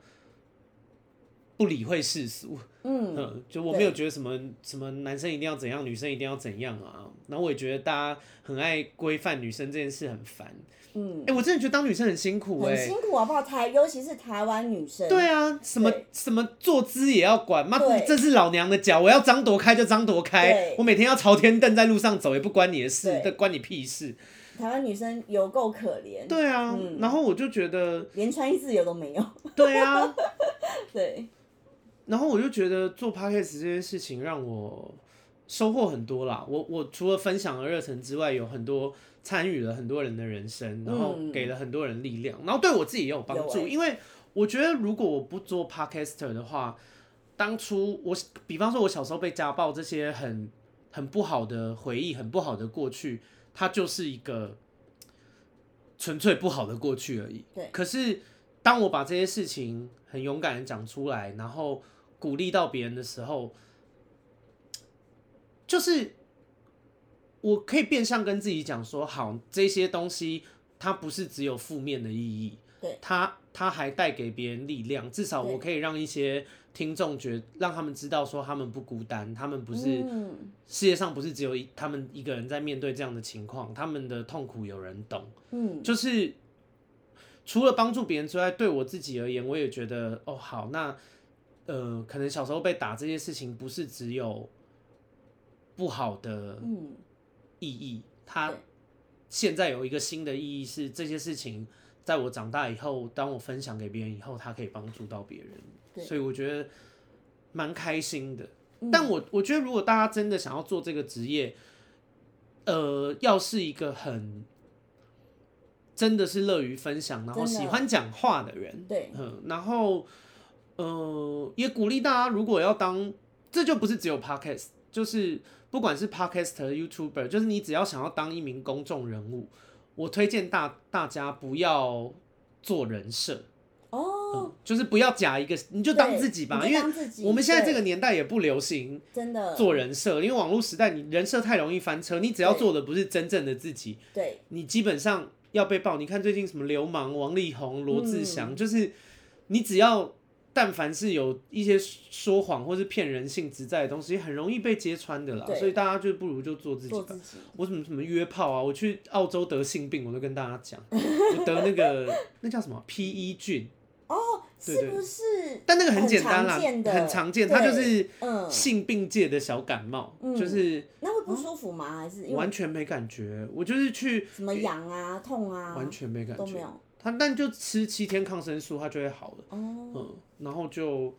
[SPEAKER 2] 不理会世俗，
[SPEAKER 1] 嗯，
[SPEAKER 2] 嗯，就我没有觉得什么什么男生一定要怎样，女生一定要怎样啊。然后我也觉得大家很爱规范女生这件事很烦。
[SPEAKER 1] 嗯
[SPEAKER 2] 哎、我真的觉得当女生很辛苦哎、
[SPEAKER 1] 很辛苦好欸不好？台尤其是台湾女生，
[SPEAKER 2] 对啊，什么
[SPEAKER 1] 对
[SPEAKER 2] 什么坐姿也要管，妈
[SPEAKER 1] 对，
[SPEAKER 2] 这是老娘的脚，我要张多开就张多开
[SPEAKER 1] 对，
[SPEAKER 2] 我每天要朝天凳在路上走也不关你的事，
[SPEAKER 1] 对
[SPEAKER 2] 这关你屁事。
[SPEAKER 1] 台湾女生有够可怜，
[SPEAKER 2] 对啊，
[SPEAKER 1] 嗯
[SPEAKER 2] 然后我就觉得，
[SPEAKER 1] 连穿衣自由都没有。
[SPEAKER 2] 对啊，
[SPEAKER 1] 对，
[SPEAKER 2] 然后我就觉得做 podcast 这件事情让我收获很多啦。我我除了分享的热忱之外，有很多参与了很多人的人生，然后
[SPEAKER 1] 嗯
[SPEAKER 2] 给了很多人力量，然后对我自己也有帮助。
[SPEAKER 1] 有欸
[SPEAKER 2] 因为我觉得如果我不做 podcaster 的话，当初我比方说我小时候被家暴这些很很不好的回忆，很不好的过去，它就是一个纯粹不好的过去而已。
[SPEAKER 1] 对
[SPEAKER 2] 可是当我把这些事情很勇敢的讲出来，然后鼓励到别人的时候，就是我可以变相跟自己讲说，好，这些东西它不是只有负面的意义，
[SPEAKER 1] 对
[SPEAKER 2] 它它还带给别人力量，至少我
[SPEAKER 1] 对
[SPEAKER 2] 可以让一些听众觉，让他们知道说他们不孤单，他们不是、
[SPEAKER 1] 嗯
[SPEAKER 2] 世界上不是只有一他们一个人在面对这样的情况，他们的痛苦有人懂，
[SPEAKER 1] 嗯，
[SPEAKER 2] 就是除了帮助别人之外，对我自己而言，我也觉得哦，好，那呃，可能小时候被打这些事情，不是只有不好的
[SPEAKER 1] 嗯，
[SPEAKER 2] 意义，它
[SPEAKER 1] 对
[SPEAKER 2] 现在有一个新的意义是这些事情，在我长大以后，当我分享给别人以后，它可以帮助到别人，
[SPEAKER 1] 对
[SPEAKER 2] 所以我觉得蛮开心的。
[SPEAKER 1] 嗯
[SPEAKER 2] 但我我觉得，如果大家真的想要做这个职业，呃，要是一个很真的是乐于分享，然后
[SPEAKER 1] 真的
[SPEAKER 2] 喜欢讲话的人，
[SPEAKER 1] 对
[SPEAKER 2] 嗯，然后呃，也鼓励大家，如果要当，这就不是只有 podcast，就是不管是 podcaster、YouTuber，就是你只要想要当一名公众人物，我推荐大大家不要做人设，
[SPEAKER 1] 哦，
[SPEAKER 2] 嗯，就是不要假一个，你就当
[SPEAKER 1] 对
[SPEAKER 2] 自己吧，
[SPEAKER 1] 你
[SPEAKER 2] 因
[SPEAKER 1] 就
[SPEAKER 2] 为
[SPEAKER 1] 当自己
[SPEAKER 2] 我们现在这个
[SPEAKER 1] 对
[SPEAKER 2] 年代也不流行
[SPEAKER 1] 真的
[SPEAKER 2] 做人设，因为网络时代你人设太容易翻车，你只要
[SPEAKER 1] 对
[SPEAKER 2] 做的不是真正的自己，
[SPEAKER 1] 对
[SPEAKER 2] 你基本上要被爆。你看最近什么流氓王力宏、罗志祥，
[SPEAKER 1] 嗯
[SPEAKER 2] 就是你只要但凡是有一些说谎或是骗人性质在的东西，很容易被揭穿的啦。
[SPEAKER 1] 对
[SPEAKER 2] 所以大家就不如就做自己
[SPEAKER 1] 做
[SPEAKER 2] 吧
[SPEAKER 1] 自。己，
[SPEAKER 2] 我什么什么约炮啊，我去澳洲得性病，我都跟大家讲，我得那个那叫什么 P E 菌，对对
[SPEAKER 1] 哦是不是？
[SPEAKER 2] 但那个很简单啦，
[SPEAKER 1] 很常见的
[SPEAKER 2] 很常见，它
[SPEAKER 1] 对
[SPEAKER 2] 就是
[SPEAKER 1] 嗯，
[SPEAKER 2] 性病界的小感冒，就是
[SPEAKER 1] 那会不舒服吗？还是因为
[SPEAKER 2] 嗯完全没感觉。我就是去
[SPEAKER 1] 什么痒啊、痛啊，
[SPEAKER 2] 完全没感
[SPEAKER 1] 都没
[SPEAKER 2] 觉，
[SPEAKER 1] 有。
[SPEAKER 2] 他但就吃七天抗生素，它就会好了。
[SPEAKER 1] 哦，
[SPEAKER 2] 嗯，然后就，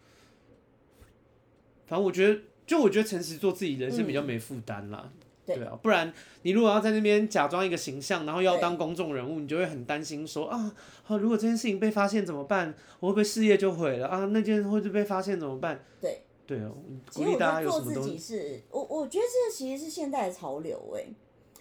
[SPEAKER 2] 反正我觉得，就我觉得诚实做自己，人生比较没负担啦。
[SPEAKER 1] 嗯对
[SPEAKER 2] 啊，不然你如果要在那边假装一个形象，然后要
[SPEAKER 1] 对
[SPEAKER 2] 当公众人物，你就会很担心说啊，啊，如果这件事情被发现怎么办？我会不会事业就毁了啊？那件会被发现怎么办？
[SPEAKER 1] 对
[SPEAKER 2] 对哦，
[SPEAKER 1] 其
[SPEAKER 2] 鼓
[SPEAKER 1] 实
[SPEAKER 2] 励
[SPEAKER 1] 我
[SPEAKER 2] 大
[SPEAKER 1] 觉
[SPEAKER 2] 家
[SPEAKER 1] 得
[SPEAKER 2] 有
[SPEAKER 1] 做
[SPEAKER 2] 什么
[SPEAKER 1] 自
[SPEAKER 2] 东
[SPEAKER 1] 己
[SPEAKER 2] 西？
[SPEAKER 1] 是，我我觉得这其实是现代的潮流哎、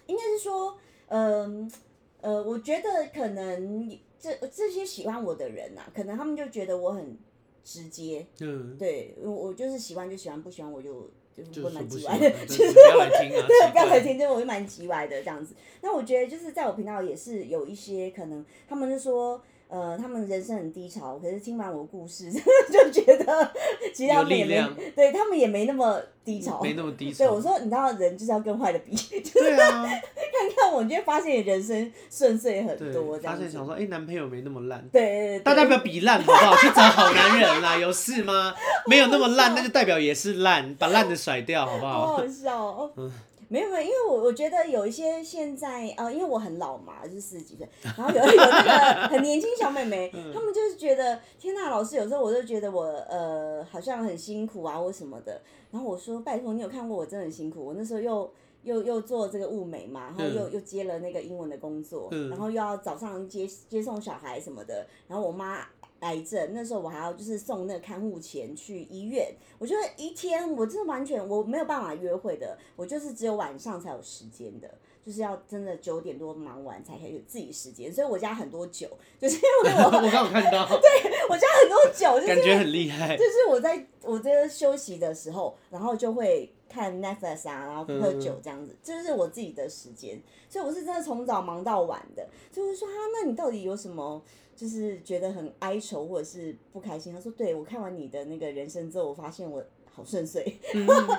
[SPEAKER 1] 应该是说，嗯呃我觉得可能这这些喜欢我的人啊，可能他们就觉得我很直接，
[SPEAKER 2] 嗯，
[SPEAKER 1] 对我我就是喜欢就喜欢，不喜欢我就就是
[SPEAKER 2] 就是
[SPEAKER 1] 会
[SPEAKER 2] 说
[SPEAKER 1] 蛮
[SPEAKER 2] 不
[SPEAKER 1] 叽
[SPEAKER 2] 行
[SPEAKER 1] 歪
[SPEAKER 2] 啊，
[SPEAKER 1] 的，
[SPEAKER 2] 对不要来听
[SPEAKER 1] 对，
[SPEAKER 2] 啊，奇
[SPEAKER 1] 不要
[SPEAKER 2] 怪
[SPEAKER 1] 来听，对，我就蛮急歪的这样子。那我觉得就是在我频道也是有一些可能，他们就说，呃，他们人生很低潮，可是听完我的故事， 就觉得其实他们也
[SPEAKER 2] 有
[SPEAKER 1] 没
[SPEAKER 2] 力量，
[SPEAKER 1] 对他们也没那么低潮。
[SPEAKER 2] 没那么低
[SPEAKER 1] 对，
[SPEAKER 2] 潮
[SPEAKER 1] 我。说，你知道人就是要跟坏的比，
[SPEAKER 2] 对啊，
[SPEAKER 1] 看看我，你就会发现你人生顺遂 很多
[SPEAKER 2] 对，
[SPEAKER 1] 这
[SPEAKER 2] 发
[SPEAKER 1] 样
[SPEAKER 2] 现
[SPEAKER 1] 子
[SPEAKER 2] 想。说，哎、男朋友没那么烂。
[SPEAKER 1] 对对对，
[SPEAKER 2] 大家不
[SPEAKER 1] 对
[SPEAKER 2] 要比烂好不好？去找好男人啦，有事吗？没有那么烂，那就代表也是烂，把烂的甩掉好不
[SPEAKER 1] 好
[SPEAKER 2] 好？
[SPEAKER 1] 好笑哦。没有没有，因为我我觉得有一些现在呃，因为我很老嘛，就是四十几岁，然后有 有那个很年轻小妹妹，
[SPEAKER 2] 嗯
[SPEAKER 1] 她们就是觉得天呐，老师有时候我就觉得我呃好像很辛苦啊或什么的，然后我说拜托你有看过我真的很辛苦，我那时候又。又又做这个物美嘛，然后又、又接了那个英文的工作，
[SPEAKER 2] 嗯
[SPEAKER 1] 然后又要早上接接送小孩什么的，然后我妈癌症，那时候我还要就是送那个看护钱去医院。我觉得一天我真的完全我没有办法约会的，我就是只有晚上才有时间的，就是要真的九点多忙完才可以有自己时间。所以我家很多酒， 就是因为我
[SPEAKER 2] 我刚有看 到，
[SPEAKER 1] 我家很多酒，就是
[SPEAKER 2] 感觉很厉害
[SPEAKER 1] 就。是我在我在休息的时候，然后就会看 Netflix 啊，然后喝
[SPEAKER 2] 嗯
[SPEAKER 1] 酒这样子，这、就是我自己的时间，所以我是真的从早忙到晚的。所以我就说啊，那你到底有什么就是觉得很哀愁或者是不开心？他说，对我看完你的那个人生之后，我发现我好顺遂， 我就说，
[SPEAKER 2] 嗯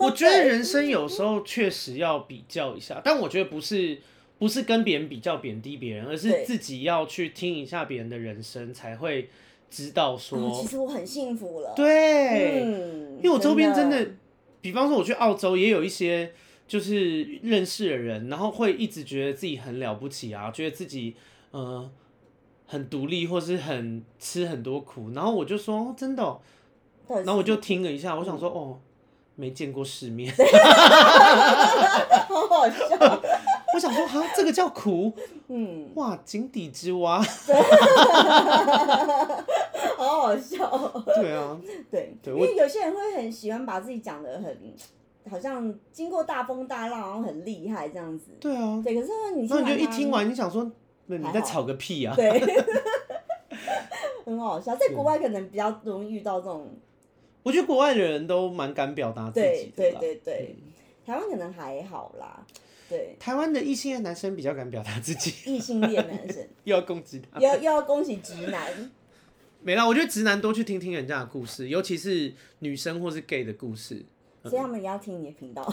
[SPEAKER 2] 我觉得
[SPEAKER 1] 对
[SPEAKER 2] 人生有时候确实要比较一下，但我觉得不是不是跟别人比较贬低别人，
[SPEAKER 1] 对
[SPEAKER 2] 而是自己要去听一下别人的人生，才会知道说，
[SPEAKER 1] 哦其实我很幸福了。，
[SPEAKER 2] 对，
[SPEAKER 1] 嗯，因
[SPEAKER 2] 因为我周边真的，比方说我去澳洲也有一些就是认识的人，然后会一直觉得自己很了不起啊，觉得自己呃很独立或是很吃很多苦，然后我就说、哦真的哦、
[SPEAKER 1] 到底是嗯
[SPEAKER 2] 然后我就听了一下，我想说哦没见过世面，
[SPEAKER 1] 好好笑，
[SPEAKER 2] 我想说哈这个叫苦
[SPEAKER 1] 嗯，
[SPEAKER 2] 哇井底之蛙，
[SPEAKER 1] 好好笑。
[SPEAKER 2] 对啊，
[SPEAKER 1] 对，
[SPEAKER 2] 对
[SPEAKER 1] 因为有些人会很喜欢把自己讲的很，好像经过大风大浪，然后很厉害这样子。
[SPEAKER 2] 对啊，
[SPEAKER 1] 对，可是你
[SPEAKER 2] 然后你就一
[SPEAKER 1] 他
[SPEAKER 2] 听，完你想说那你
[SPEAKER 1] 还
[SPEAKER 2] 在
[SPEAKER 1] 好
[SPEAKER 2] 吵个屁啊，
[SPEAKER 1] 对， 很好笑。在国外可能比较容易遇到这种，
[SPEAKER 2] 我觉得国外的人都蛮敢表达自
[SPEAKER 1] 对
[SPEAKER 2] 己的
[SPEAKER 1] 对
[SPEAKER 2] 啦。嗯
[SPEAKER 1] 对对，台湾可能还好啦。对，
[SPEAKER 2] 台湾的异性恋男生比较敢表达自己，
[SPEAKER 1] 异性恋男 生
[SPEAKER 2] 又要攻击他。
[SPEAKER 1] 要要恭喜直男，
[SPEAKER 2] 没啦，我觉得直男多去听听人家的故事，尤其是女生或是 gay 的故事，
[SPEAKER 1] 所以他们也要听你的频道。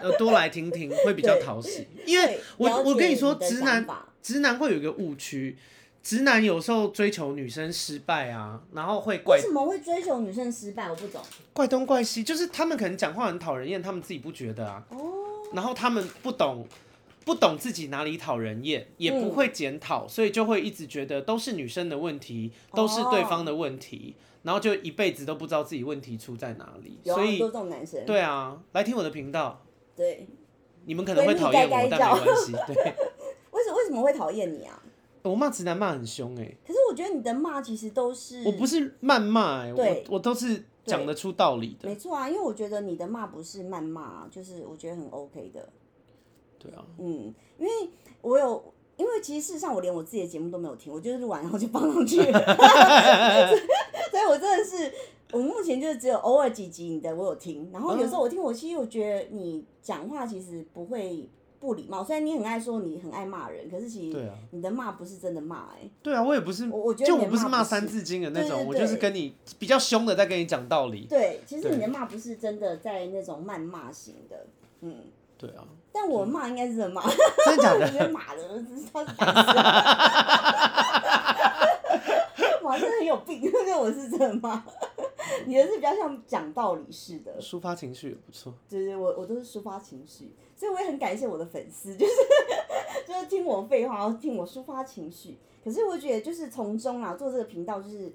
[SPEAKER 2] 呃，多来听听会比较讨喜。因为我
[SPEAKER 1] 了解
[SPEAKER 2] 我跟你说，
[SPEAKER 1] 的
[SPEAKER 2] 直
[SPEAKER 1] 想
[SPEAKER 2] 男
[SPEAKER 1] 法
[SPEAKER 2] 直男会有一个误区，直男有时候追求女生失败啊，然后会怪
[SPEAKER 1] 为什么会追求女生失败？我不懂。
[SPEAKER 2] 怪东怪西，就是他们可能讲话很讨人厌，他们自己不觉得啊，
[SPEAKER 1] 哦，
[SPEAKER 2] 然后他们不懂。不懂自己哪里讨人厌，也不会检讨，所以就会一直觉得都是女生的问题，都是对方的问题，然后就一辈子都不知道自己问题出在哪里。
[SPEAKER 1] 有啊
[SPEAKER 2] 所以
[SPEAKER 1] 很多这种男生。
[SPEAKER 2] 对啊，来听我的频道，
[SPEAKER 1] 对，
[SPEAKER 2] 你们可能会讨厌
[SPEAKER 1] 闺
[SPEAKER 2] 我，
[SPEAKER 1] 蜜该
[SPEAKER 2] 但
[SPEAKER 1] 该
[SPEAKER 2] 没关系。 对，
[SPEAKER 1] 为什为什么会讨厌你啊？
[SPEAKER 2] 我骂直男骂很凶哎、
[SPEAKER 1] 可是我觉得你的骂其实都是，
[SPEAKER 2] 我不是谩骂哎、
[SPEAKER 1] 对
[SPEAKER 2] 我我都是讲得出道理的
[SPEAKER 1] 没。错啊，因为我觉得你的骂不是谩骂，啊就是我觉得很 OK 的。
[SPEAKER 2] 对啊，
[SPEAKER 1] 嗯，因为我有，因为其实事实上我连我自己的节目都没有听，我就是录完然后就放上去 了，所以我真的是，我目前就是只有偶尔几集你的我有听，然后有时候我听我其实我觉得你讲话其实不会不礼貌，虽然你很爱说你很爱骂人，可是其
[SPEAKER 2] 对
[SPEAKER 1] 实
[SPEAKER 2] 啊
[SPEAKER 1] 你的骂不是真的骂、欸，
[SPEAKER 2] 对啊，我也不是，
[SPEAKER 1] 我我觉得
[SPEAKER 2] 就
[SPEAKER 1] 你的
[SPEAKER 2] 我不是
[SPEAKER 1] 骂
[SPEAKER 2] 骂
[SPEAKER 1] 不是
[SPEAKER 2] 三字经的那种，
[SPEAKER 1] 对对
[SPEAKER 2] 我
[SPEAKER 1] 对
[SPEAKER 2] 就是跟你比较凶的在跟你讲道理。
[SPEAKER 1] 对，其实
[SPEAKER 2] 对
[SPEAKER 1] 你的骂不是真的在那种谩骂型的，嗯。
[SPEAKER 2] 对啊，
[SPEAKER 1] 但我骂应该是真的 骂，
[SPEAKER 2] 真的 假
[SPEAKER 1] 我觉得
[SPEAKER 2] 的？
[SPEAKER 1] 马的，真是他是白痴。马真的很有病，因为我是真的骂。你的是比较像讲道理式的，
[SPEAKER 2] 抒发情绪也不错。
[SPEAKER 1] 对对，我我都是抒发情绪，所以我也很感谢我的粉丝，就是就是听我废话，然后听我抒发情绪。可是我觉得就是从中啊做这个频道，就是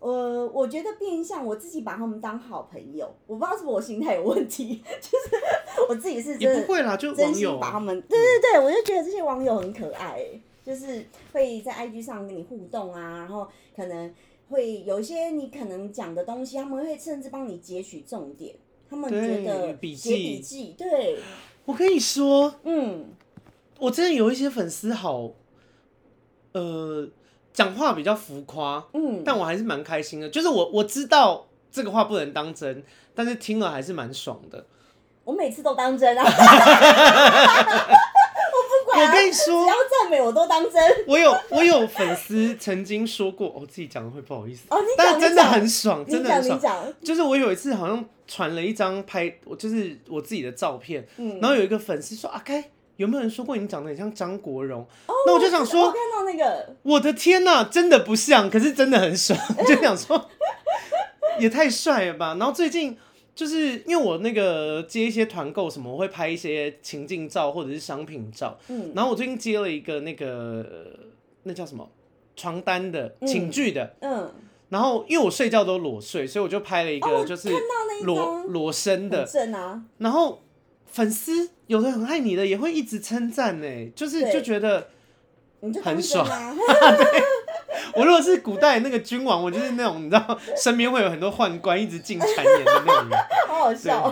[SPEAKER 1] 呃，我觉得变相我自己把他们当好朋友，我不知道是不是我心态有问题， 就是我自己是真
[SPEAKER 2] 也
[SPEAKER 1] 的
[SPEAKER 2] 不会啦，就
[SPEAKER 1] 真
[SPEAKER 2] 网
[SPEAKER 1] 心
[SPEAKER 2] 友啊嗯
[SPEAKER 1] 把他们，对对对，我就觉得这些网友很可爱、欸就是会在 IG 上跟你互动啊，然后可能会有一些你可能讲的东西，他们会甚至帮你截取重点，他们觉
[SPEAKER 2] 对
[SPEAKER 1] 得
[SPEAKER 2] 笔
[SPEAKER 1] 写笔
[SPEAKER 2] 记
[SPEAKER 1] 记，对，
[SPEAKER 2] 我跟你说，
[SPEAKER 1] 嗯，
[SPEAKER 2] 我真的有一些粉丝好，呃，讲话比较浮夸，
[SPEAKER 1] 嗯
[SPEAKER 2] 但我还是蛮开心的。就是我我知道这个话不能当真，但是听了还是蛮爽的。
[SPEAKER 1] 我每次都当真啊，不管啊
[SPEAKER 2] 我跟你
[SPEAKER 1] 只
[SPEAKER 2] 说
[SPEAKER 1] 要，赞美我都当真。
[SPEAKER 2] 我有我有粉丝曾经说过，我、自己讲的会不好意思，
[SPEAKER 1] 哦，你
[SPEAKER 2] 但
[SPEAKER 1] 讲，
[SPEAKER 2] 是真的很爽，
[SPEAKER 1] 你
[SPEAKER 2] 真的
[SPEAKER 1] 讲，
[SPEAKER 2] 很
[SPEAKER 1] 你讲，你
[SPEAKER 2] 爽。
[SPEAKER 1] 讲，
[SPEAKER 2] 就是我有一次好像传了一张拍，我就是我自己的照片，
[SPEAKER 1] 嗯，
[SPEAKER 2] 然后有一个粉丝说：“阿、开，有没有人说过你长得很像张国荣？”
[SPEAKER 1] 哦
[SPEAKER 2] 那我就想说
[SPEAKER 1] 我，看到那个，
[SPEAKER 2] 我的天呐、真的不像，可是真的很爽， 就想说也太帅了吧。然后最近就是因为我那个接一些团购什么，我会拍一些情境照或者是商品照。
[SPEAKER 1] 嗯
[SPEAKER 2] 然后我最近接了一个那个呃那叫什么床单的寝具的，
[SPEAKER 1] 嗯，
[SPEAKER 2] 然后因为我睡觉都裸睡，所以我就拍了一
[SPEAKER 1] 哦
[SPEAKER 2] 个
[SPEAKER 1] 我
[SPEAKER 2] 就是
[SPEAKER 1] 看到那一
[SPEAKER 2] 裸
[SPEAKER 1] 张
[SPEAKER 2] 裸身的
[SPEAKER 1] 很，正啊，
[SPEAKER 2] 然后粉丝有的很爱你的也欸会一直称赞呢，就是
[SPEAKER 1] 对
[SPEAKER 2] 就觉得。
[SPEAKER 1] 你就
[SPEAKER 2] 很
[SPEAKER 1] 当真啊，
[SPEAKER 2] 我如果是古代那个君王，我就是那种你知道，身边会有很多宦官一直进谗言的那种人。
[SPEAKER 1] 好好笑。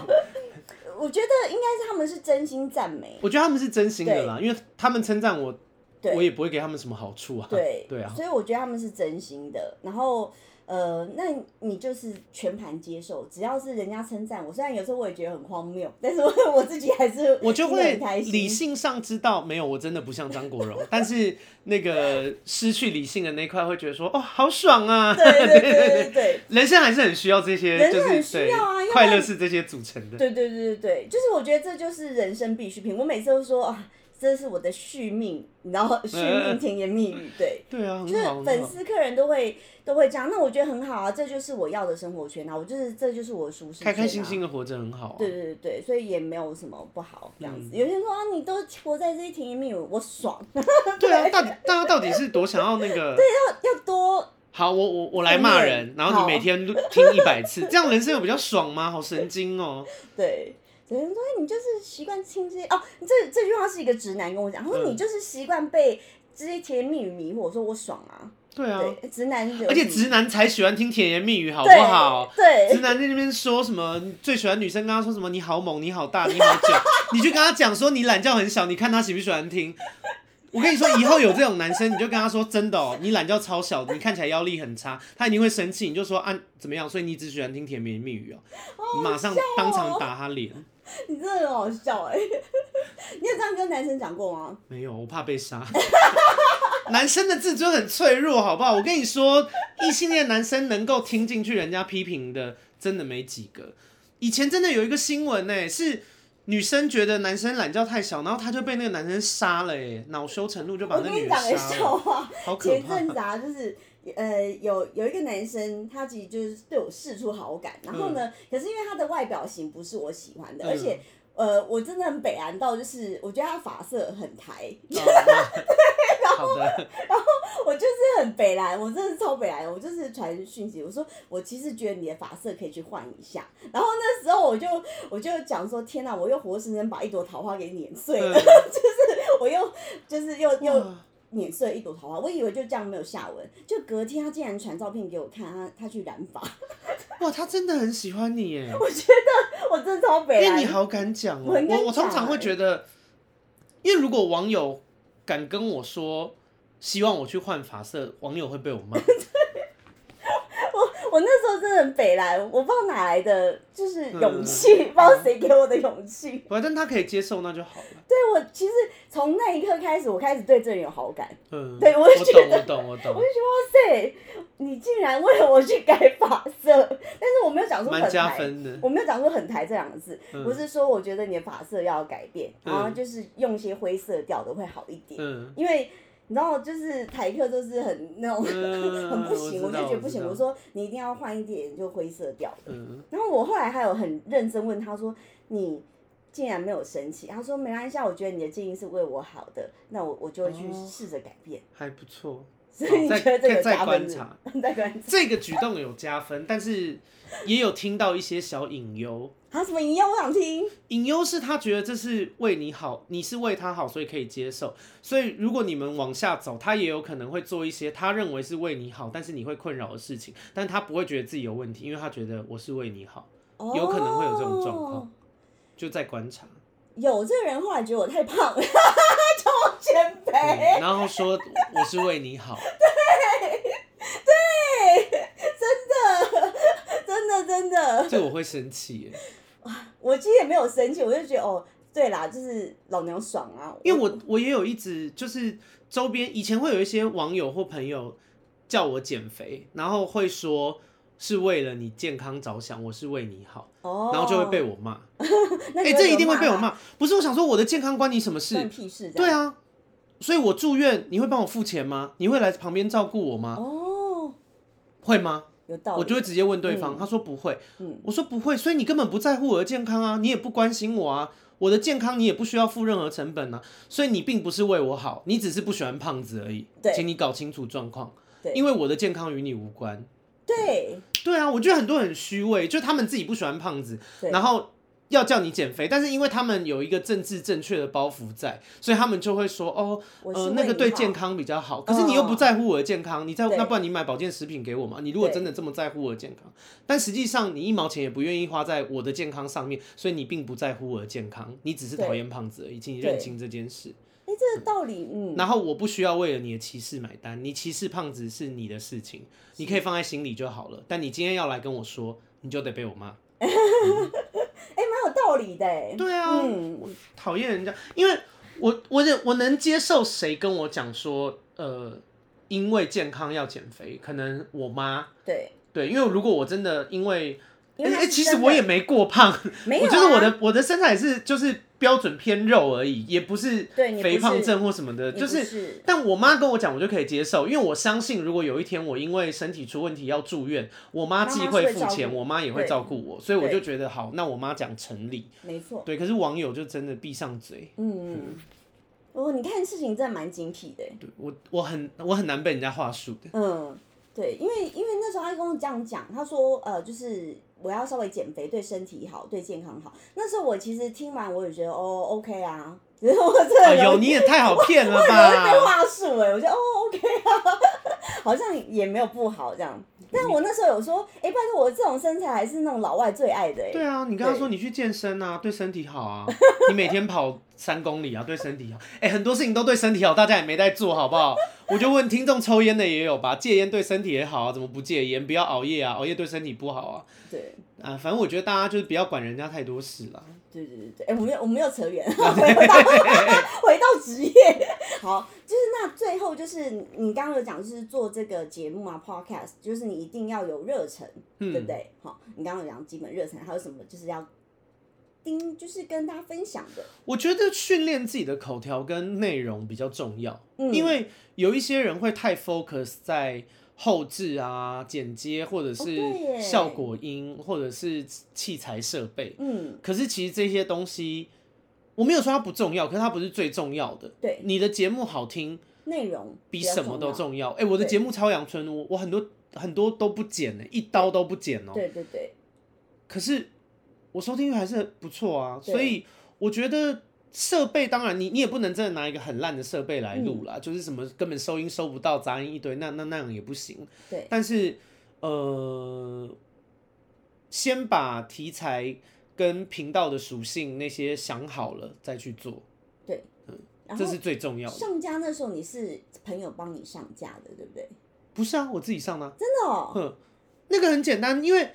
[SPEAKER 1] 我觉得应该是他们是真心赞美，
[SPEAKER 2] 我觉得他们是真心的啦，因为他们称赞我，
[SPEAKER 1] 对
[SPEAKER 2] 我也不会给他们什么好处啊。
[SPEAKER 1] 对
[SPEAKER 2] 对啊，
[SPEAKER 1] 所以我觉得他们是真心的。然后呃，那你就是全盘接受，只要是人家称赞我，虽然有时候我也觉得很荒谬， 但是我我自己还是
[SPEAKER 2] 我就
[SPEAKER 1] 听得
[SPEAKER 2] 会
[SPEAKER 1] 很开心。
[SPEAKER 2] 理性上知道没有，我真的不像张国荣，但是那个失去理性的那一块会觉得说，哦，好爽啊！
[SPEAKER 1] 对 对对对对
[SPEAKER 2] 人生还是很需要这些，
[SPEAKER 1] 人
[SPEAKER 2] 就
[SPEAKER 1] 生
[SPEAKER 2] 是
[SPEAKER 1] 很需
[SPEAKER 2] 对
[SPEAKER 1] 要啊要不然
[SPEAKER 2] 快乐是这些组成的。
[SPEAKER 1] 对对对对对，就是我觉得这就是人生必需品。我每次都说啊，这是我的续命，然后续命甜言蜜语，对。
[SPEAKER 2] 对啊，
[SPEAKER 1] 就是
[SPEAKER 2] 很好，很
[SPEAKER 1] 粉
[SPEAKER 2] 好。
[SPEAKER 1] 丝、客人都会都会这样，那我觉得很好啊，这就是我要的生活圈啊，我就是这就是我的舒适圈、啊，
[SPEAKER 2] 开开心心的活着很好、啊。
[SPEAKER 1] 对对对对，所以也没有什么不好这样子。
[SPEAKER 2] 嗯
[SPEAKER 1] 有些人说啊，你都活在这些甜言蜜语，我爽。
[SPEAKER 2] 对啊，到底大家到底是多想要那个？
[SPEAKER 1] 要要多
[SPEAKER 2] 好，我我我来骂人，
[SPEAKER 1] 负面
[SPEAKER 2] 然后你
[SPEAKER 1] 好
[SPEAKER 2] 每天录听一百次，这样人生有比较爽吗？好神经哦、
[SPEAKER 1] 对。有人说哎你就是习惯听这些哦，这这句话是一个直男跟我讲，他说
[SPEAKER 2] 嗯
[SPEAKER 1] 你就是习惯被这些甜言蜜语迷惑。我说我爽啊，
[SPEAKER 2] 对啊，
[SPEAKER 1] 对，直男是有
[SPEAKER 2] 而且
[SPEAKER 1] 什么
[SPEAKER 2] 直男才喜欢听甜言蜜语，好不
[SPEAKER 1] 对
[SPEAKER 2] 好？直
[SPEAKER 1] 对
[SPEAKER 2] 男在那边说什么最喜欢女生，跟他说什么你好猛，你好大，你好囧，你就跟他讲说你懒觉很小，你看他喜不喜欢听。我跟你说，以后有这种男生，你就跟他说真的哦，你懒觉超小，你看起来腰力很差，他一定会生气。你就说啊怎么样？所以你只喜欢听甜言蜜语哦，你马上当场打他脸。
[SPEAKER 1] 你真的很好笑哎、 你有这样跟男生讲过吗？
[SPEAKER 2] 没有，我怕被杀。 男生的自尊很脆弱，好不好？我跟你说，异性恋男生能够听进去人家批评的，真的没几个。以前真的有一个新闻呢、是女生觉得男生懒觉太小，然后她就被那个男生杀了、欸，恼羞成怒就把
[SPEAKER 1] 我
[SPEAKER 2] 那
[SPEAKER 1] 跟
[SPEAKER 2] 女
[SPEAKER 1] 你
[SPEAKER 2] 人
[SPEAKER 1] 讲个
[SPEAKER 2] 杀
[SPEAKER 1] 笑
[SPEAKER 2] 了，
[SPEAKER 1] 话，
[SPEAKER 2] 好可
[SPEAKER 1] 前
[SPEAKER 2] 怕。
[SPEAKER 1] 阵子啊，就是呃，有有一个男生，他其实就是对我示出好感，然后呢，可是因为他的外表型不是我喜欢的，
[SPEAKER 2] 嗯
[SPEAKER 1] 而且呃，我真的很北蓝到，就是我觉得他发色很台，
[SPEAKER 2] 好的，
[SPEAKER 1] 我就是很北蓝，我真的是超北蓝，我就是传讯息，我说我其实觉得你的发色可以去换一下，然后那时候我就我就讲说，天哪、我又活生生把一朵桃花给碾碎了，
[SPEAKER 2] 嗯
[SPEAKER 1] 我又就是又又
[SPEAKER 2] 哇
[SPEAKER 1] 碾碎了一朵桃花，我以为就这样没有下文，就隔天他竟然传照片给我看，他他去染发，
[SPEAKER 2] 哇，他真的很喜欢你耶，
[SPEAKER 1] 我真的超
[SPEAKER 2] 因
[SPEAKER 1] 北
[SPEAKER 2] 为
[SPEAKER 1] 蓝
[SPEAKER 2] 你，好敢讲哦、
[SPEAKER 1] 啊我很敢
[SPEAKER 2] 我我通
[SPEAKER 1] 讲
[SPEAKER 2] 常会
[SPEAKER 1] 欸
[SPEAKER 2] 觉得，因为如果网友敢跟我说希望我去换发色，网友会被我骂。
[SPEAKER 1] 我那时候真的很北蓝，我不知道哪来的就是
[SPEAKER 2] 嗯
[SPEAKER 1] 勇气，不知道谁给我的勇气。
[SPEAKER 2] 反正他可以接受，那就好了。
[SPEAKER 1] 对我其实从那一刻开始，我开始对这人有好感，
[SPEAKER 2] 嗯，
[SPEAKER 1] 对
[SPEAKER 2] 我
[SPEAKER 1] 我也觉
[SPEAKER 2] 懂，我
[SPEAKER 1] 得
[SPEAKER 2] 懂，我
[SPEAKER 1] 我
[SPEAKER 2] 懂
[SPEAKER 1] 就，觉得哇塞，你竟然为了我去改发色，但是我没有讲出
[SPEAKER 2] 蛮
[SPEAKER 1] 很
[SPEAKER 2] 加
[SPEAKER 1] 台，
[SPEAKER 2] 分的。
[SPEAKER 1] 我没有讲出很台这两个字，
[SPEAKER 2] 嗯
[SPEAKER 1] 我是说我觉得你的发色要改变，
[SPEAKER 2] 嗯
[SPEAKER 1] 然后就是用一些灰色调的会好一点。
[SPEAKER 2] 嗯，
[SPEAKER 1] 因为你知道，就是台客都是很 那种、
[SPEAKER 2] 嗯
[SPEAKER 1] 很不行，
[SPEAKER 2] 我
[SPEAKER 1] 我
[SPEAKER 2] 知
[SPEAKER 1] 就
[SPEAKER 2] 道
[SPEAKER 1] 觉得不行。
[SPEAKER 2] 我
[SPEAKER 1] 我
[SPEAKER 2] 知
[SPEAKER 1] 说你一定要换一点就灰色调的。
[SPEAKER 2] 嗯，
[SPEAKER 1] 然后我后来还有很认真问他说：“你竟然没有生气？”他说：“没关系啊，我觉得你的建议是为我好的，那我我就会去
[SPEAKER 2] 哦哦
[SPEAKER 1] 试着改变。
[SPEAKER 2] 还不错。
[SPEAKER 1] 所以你
[SPEAKER 2] 再
[SPEAKER 1] 觉得这
[SPEAKER 2] 再
[SPEAKER 1] 个
[SPEAKER 2] 再
[SPEAKER 1] 加
[SPEAKER 2] 观
[SPEAKER 1] 分是
[SPEAKER 2] 察？
[SPEAKER 1] 再观察
[SPEAKER 2] 这个举动有加分，但是也有听到一些小隐忧。
[SPEAKER 1] 啊？什么营养我想听，
[SPEAKER 2] 隐忧是他觉得这是为你好，你是为他好，所以可以接受。所以如果你们往下走，他也有可能会做一些他认为是为你好，但是你会困扰的事情，但他不会觉得自己有问题，因为他觉得我是为你好，有可能会有这种状况
[SPEAKER 1] 哦。
[SPEAKER 2] 就在观察。
[SPEAKER 1] 有这个人后来觉得我太胖 了，叫我减肥。
[SPEAKER 2] 对嗯然后说我是为你好，
[SPEAKER 1] 真的真的，
[SPEAKER 2] 这我会生气耶，
[SPEAKER 1] 我其实也没有生气，我就觉得哦，对啦，就是老娘爽啊。
[SPEAKER 2] 因为我我也有一直就是周边以前会有一些网友或朋友叫我减肥，然后会说是为了你健康着想，我是为你好，
[SPEAKER 1] 哦，
[SPEAKER 2] 然后就会被我骂，
[SPEAKER 1] 那
[SPEAKER 2] 哎、
[SPEAKER 1] 你
[SPEAKER 2] 这一定会被我
[SPEAKER 1] 骂吗，
[SPEAKER 2] 骂，不是我想说我的健康关你什么
[SPEAKER 1] 关你
[SPEAKER 2] 事？
[SPEAKER 1] 屁事。
[SPEAKER 2] 对，啊，所以我住院你会帮我付钱吗？你会来旁边照顾我吗？
[SPEAKER 1] 哦，
[SPEAKER 2] 会吗？
[SPEAKER 1] 有道理。
[SPEAKER 2] 我就会直接问对方，
[SPEAKER 1] 嗯
[SPEAKER 2] 他说不会，
[SPEAKER 1] 嗯
[SPEAKER 2] 我说不会，所以你根本不在乎我的健康啊，你也不关心我啊，我的健康你也不需要付任何成本啊，所以你并不是为我好，你只是不喜欢胖子而已，
[SPEAKER 1] 对
[SPEAKER 2] 请你搞清楚状况
[SPEAKER 1] 对，
[SPEAKER 2] 因为我的健康与你无关。
[SPEAKER 1] 对
[SPEAKER 2] 对啊，我觉得很多人很虚伪，就他们自己不喜欢胖子，
[SPEAKER 1] 对
[SPEAKER 2] 然后要叫你减肥，但是因为他们有一个政治正确的包袱在，所以他们就会说哦，
[SPEAKER 1] 我是
[SPEAKER 2] 呃
[SPEAKER 1] 为，
[SPEAKER 2] 那个
[SPEAKER 1] 你
[SPEAKER 2] 对
[SPEAKER 1] 好嗯
[SPEAKER 2] 健康比较好。可是你又不在乎我的健康，你在乎
[SPEAKER 1] 对
[SPEAKER 2] 那不然你买保健食品给我嘛？你如果
[SPEAKER 1] 对
[SPEAKER 2] 真的这么在乎我的健康，但实际上你一毛钱也不愿意花在我的健康上面，所以你并不在乎我的健康，你只是
[SPEAKER 1] 对
[SPEAKER 2] 讨厌胖子而已，请你
[SPEAKER 1] 对
[SPEAKER 2] 认清这件事。
[SPEAKER 1] 哎，这个道理，嗯，
[SPEAKER 2] 然后我不需要为了你的歧视买单，你歧视胖子是你的事情，你可以放在心里就好了。但你今天要来跟我说，你就得被我骂。
[SPEAKER 1] 哎，蛮有道理的哎。
[SPEAKER 2] 对啊，
[SPEAKER 1] 嗯
[SPEAKER 2] 我讨厌人家，因为我我忍我能接受谁跟我讲说，呃，因为健康要减肥，可能我妈
[SPEAKER 1] 对，
[SPEAKER 2] 对，因为如果我真的因为，
[SPEAKER 1] 因为
[SPEAKER 2] 哎
[SPEAKER 1] 他
[SPEAKER 2] 哎
[SPEAKER 1] 是
[SPEAKER 2] 其实
[SPEAKER 1] 真的
[SPEAKER 2] 我也没过胖，
[SPEAKER 1] 没有
[SPEAKER 2] 我
[SPEAKER 1] 啊
[SPEAKER 2] 觉得我的我的身材是就是标准偏肉而已，也不是
[SPEAKER 1] 对你不是
[SPEAKER 2] 肥胖症或什么的，
[SPEAKER 1] 你
[SPEAKER 2] 就
[SPEAKER 1] 不
[SPEAKER 2] 是
[SPEAKER 1] 是
[SPEAKER 2] 但我妈跟我讲，我就可以接受，因为我相信，如果有一天我因为身体出问题要住院，我妈既会
[SPEAKER 1] 妈妈是
[SPEAKER 2] 付
[SPEAKER 1] 会照
[SPEAKER 2] 钱，
[SPEAKER 1] 顾
[SPEAKER 2] 我妈也会
[SPEAKER 1] 对
[SPEAKER 2] 照顾我，所以我
[SPEAKER 1] 对
[SPEAKER 2] 就觉得好，那我妈讲成立。
[SPEAKER 1] 没错，
[SPEAKER 2] 对，可是网友就真的闭上嘴，
[SPEAKER 1] 嗯嗯。哦，你看事情真的蛮精辟的哎。
[SPEAKER 2] 对我我很我很难被人家话术的。
[SPEAKER 1] 嗯，对，因为因为那时候他跟我这样讲，他说呃，就是我要稍微减肥，对身体好，对健康好。那时候我其实听完，我也觉得哦，OK 啊，只是我这个
[SPEAKER 2] 哎
[SPEAKER 1] 人
[SPEAKER 2] 呦，你也太好骗了
[SPEAKER 1] 我会被
[SPEAKER 2] 吧！
[SPEAKER 1] 话术哎、我觉得哦，OK 啊， 好像也没有不好这样。但我那时候有说，哎、拜托，我这种身材还是那种老外最爱的哎、
[SPEAKER 2] 对啊，你刚刚
[SPEAKER 1] 对
[SPEAKER 2] 说你去健身啊，对身体好啊，你每天跑三公里啊，对身体好。哎、很多事情都对身体好，大家也没在做，好不好？我就问听众，抽烟的也有吧？戒烟对身体也好啊，怎么不戒烟？不要熬夜啊，熬夜对身体不好啊。
[SPEAKER 1] 对
[SPEAKER 2] 啊，反正我觉得大家就是不要管人家太多事啦。
[SPEAKER 1] 对对对对，哎、我们又我们又扯远 了，回到回到职业。好，就是那最后就是你刚刚有讲，就是做这个节目啊，podcast，就是你一定要有热忱，
[SPEAKER 2] 嗯
[SPEAKER 1] 对不对？好，你刚刚有讲基本热忱，还有什么就是要盯，就是跟大家分享的。
[SPEAKER 2] 我觉得训练自己的口条跟内容比较重要，
[SPEAKER 1] 嗯
[SPEAKER 2] 因为有一些人会太 focus 在后置啊、剪接，或者
[SPEAKER 1] 哦对耶
[SPEAKER 2] 是效果音，或者是器材设备。
[SPEAKER 1] 嗯，
[SPEAKER 2] 可是其实这些东西，我没有说它不重要，可是它不是最重要的。
[SPEAKER 1] 对，
[SPEAKER 2] 你的节目好听
[SPEAKER 1] 内容
[SPEAKER 2] 比
[SPEAKER 1] 较
[SPEAKER 2] 什么都
[SPEAKER 1] 要。
[SPEAKER 2] 重要。哎、我的
[SPEAKER 1] 对
[SPEAKER 2] 节目超阳春，我我很多很多都不剪呢、一刀都不剪哦、
[SPEAKER 1] 对对对，
[SPEAKER 2] 可是我收听率还是不错啊，
[SPEAKER 1] 对
[SPEAKER 2] 所以我觉得设备当然你你也不能真的拿一个很烂的设备来录
[SPEAKER 1] 嗯
[SPEAKER 2] 啦，就是什么根本收音收不到，杂音一堆，那那那样也不行。
[SPEAKER 1] 对
[SPEAKER 2] 但是呃，先把题材跟频道的属性那些想好了再去做，
[SPEAKER 1] 然后
[SPEAKER 2] 这是最重要的。
[SPEAKER 1] 上架那时候你是朋友帮你上架的，对不对？
[SPEAKER 2] 不是啊，我自己上的啊、
[SPEAKER 1] 真的哦，
[SPEAKER 2] 哼，那个很简单，因为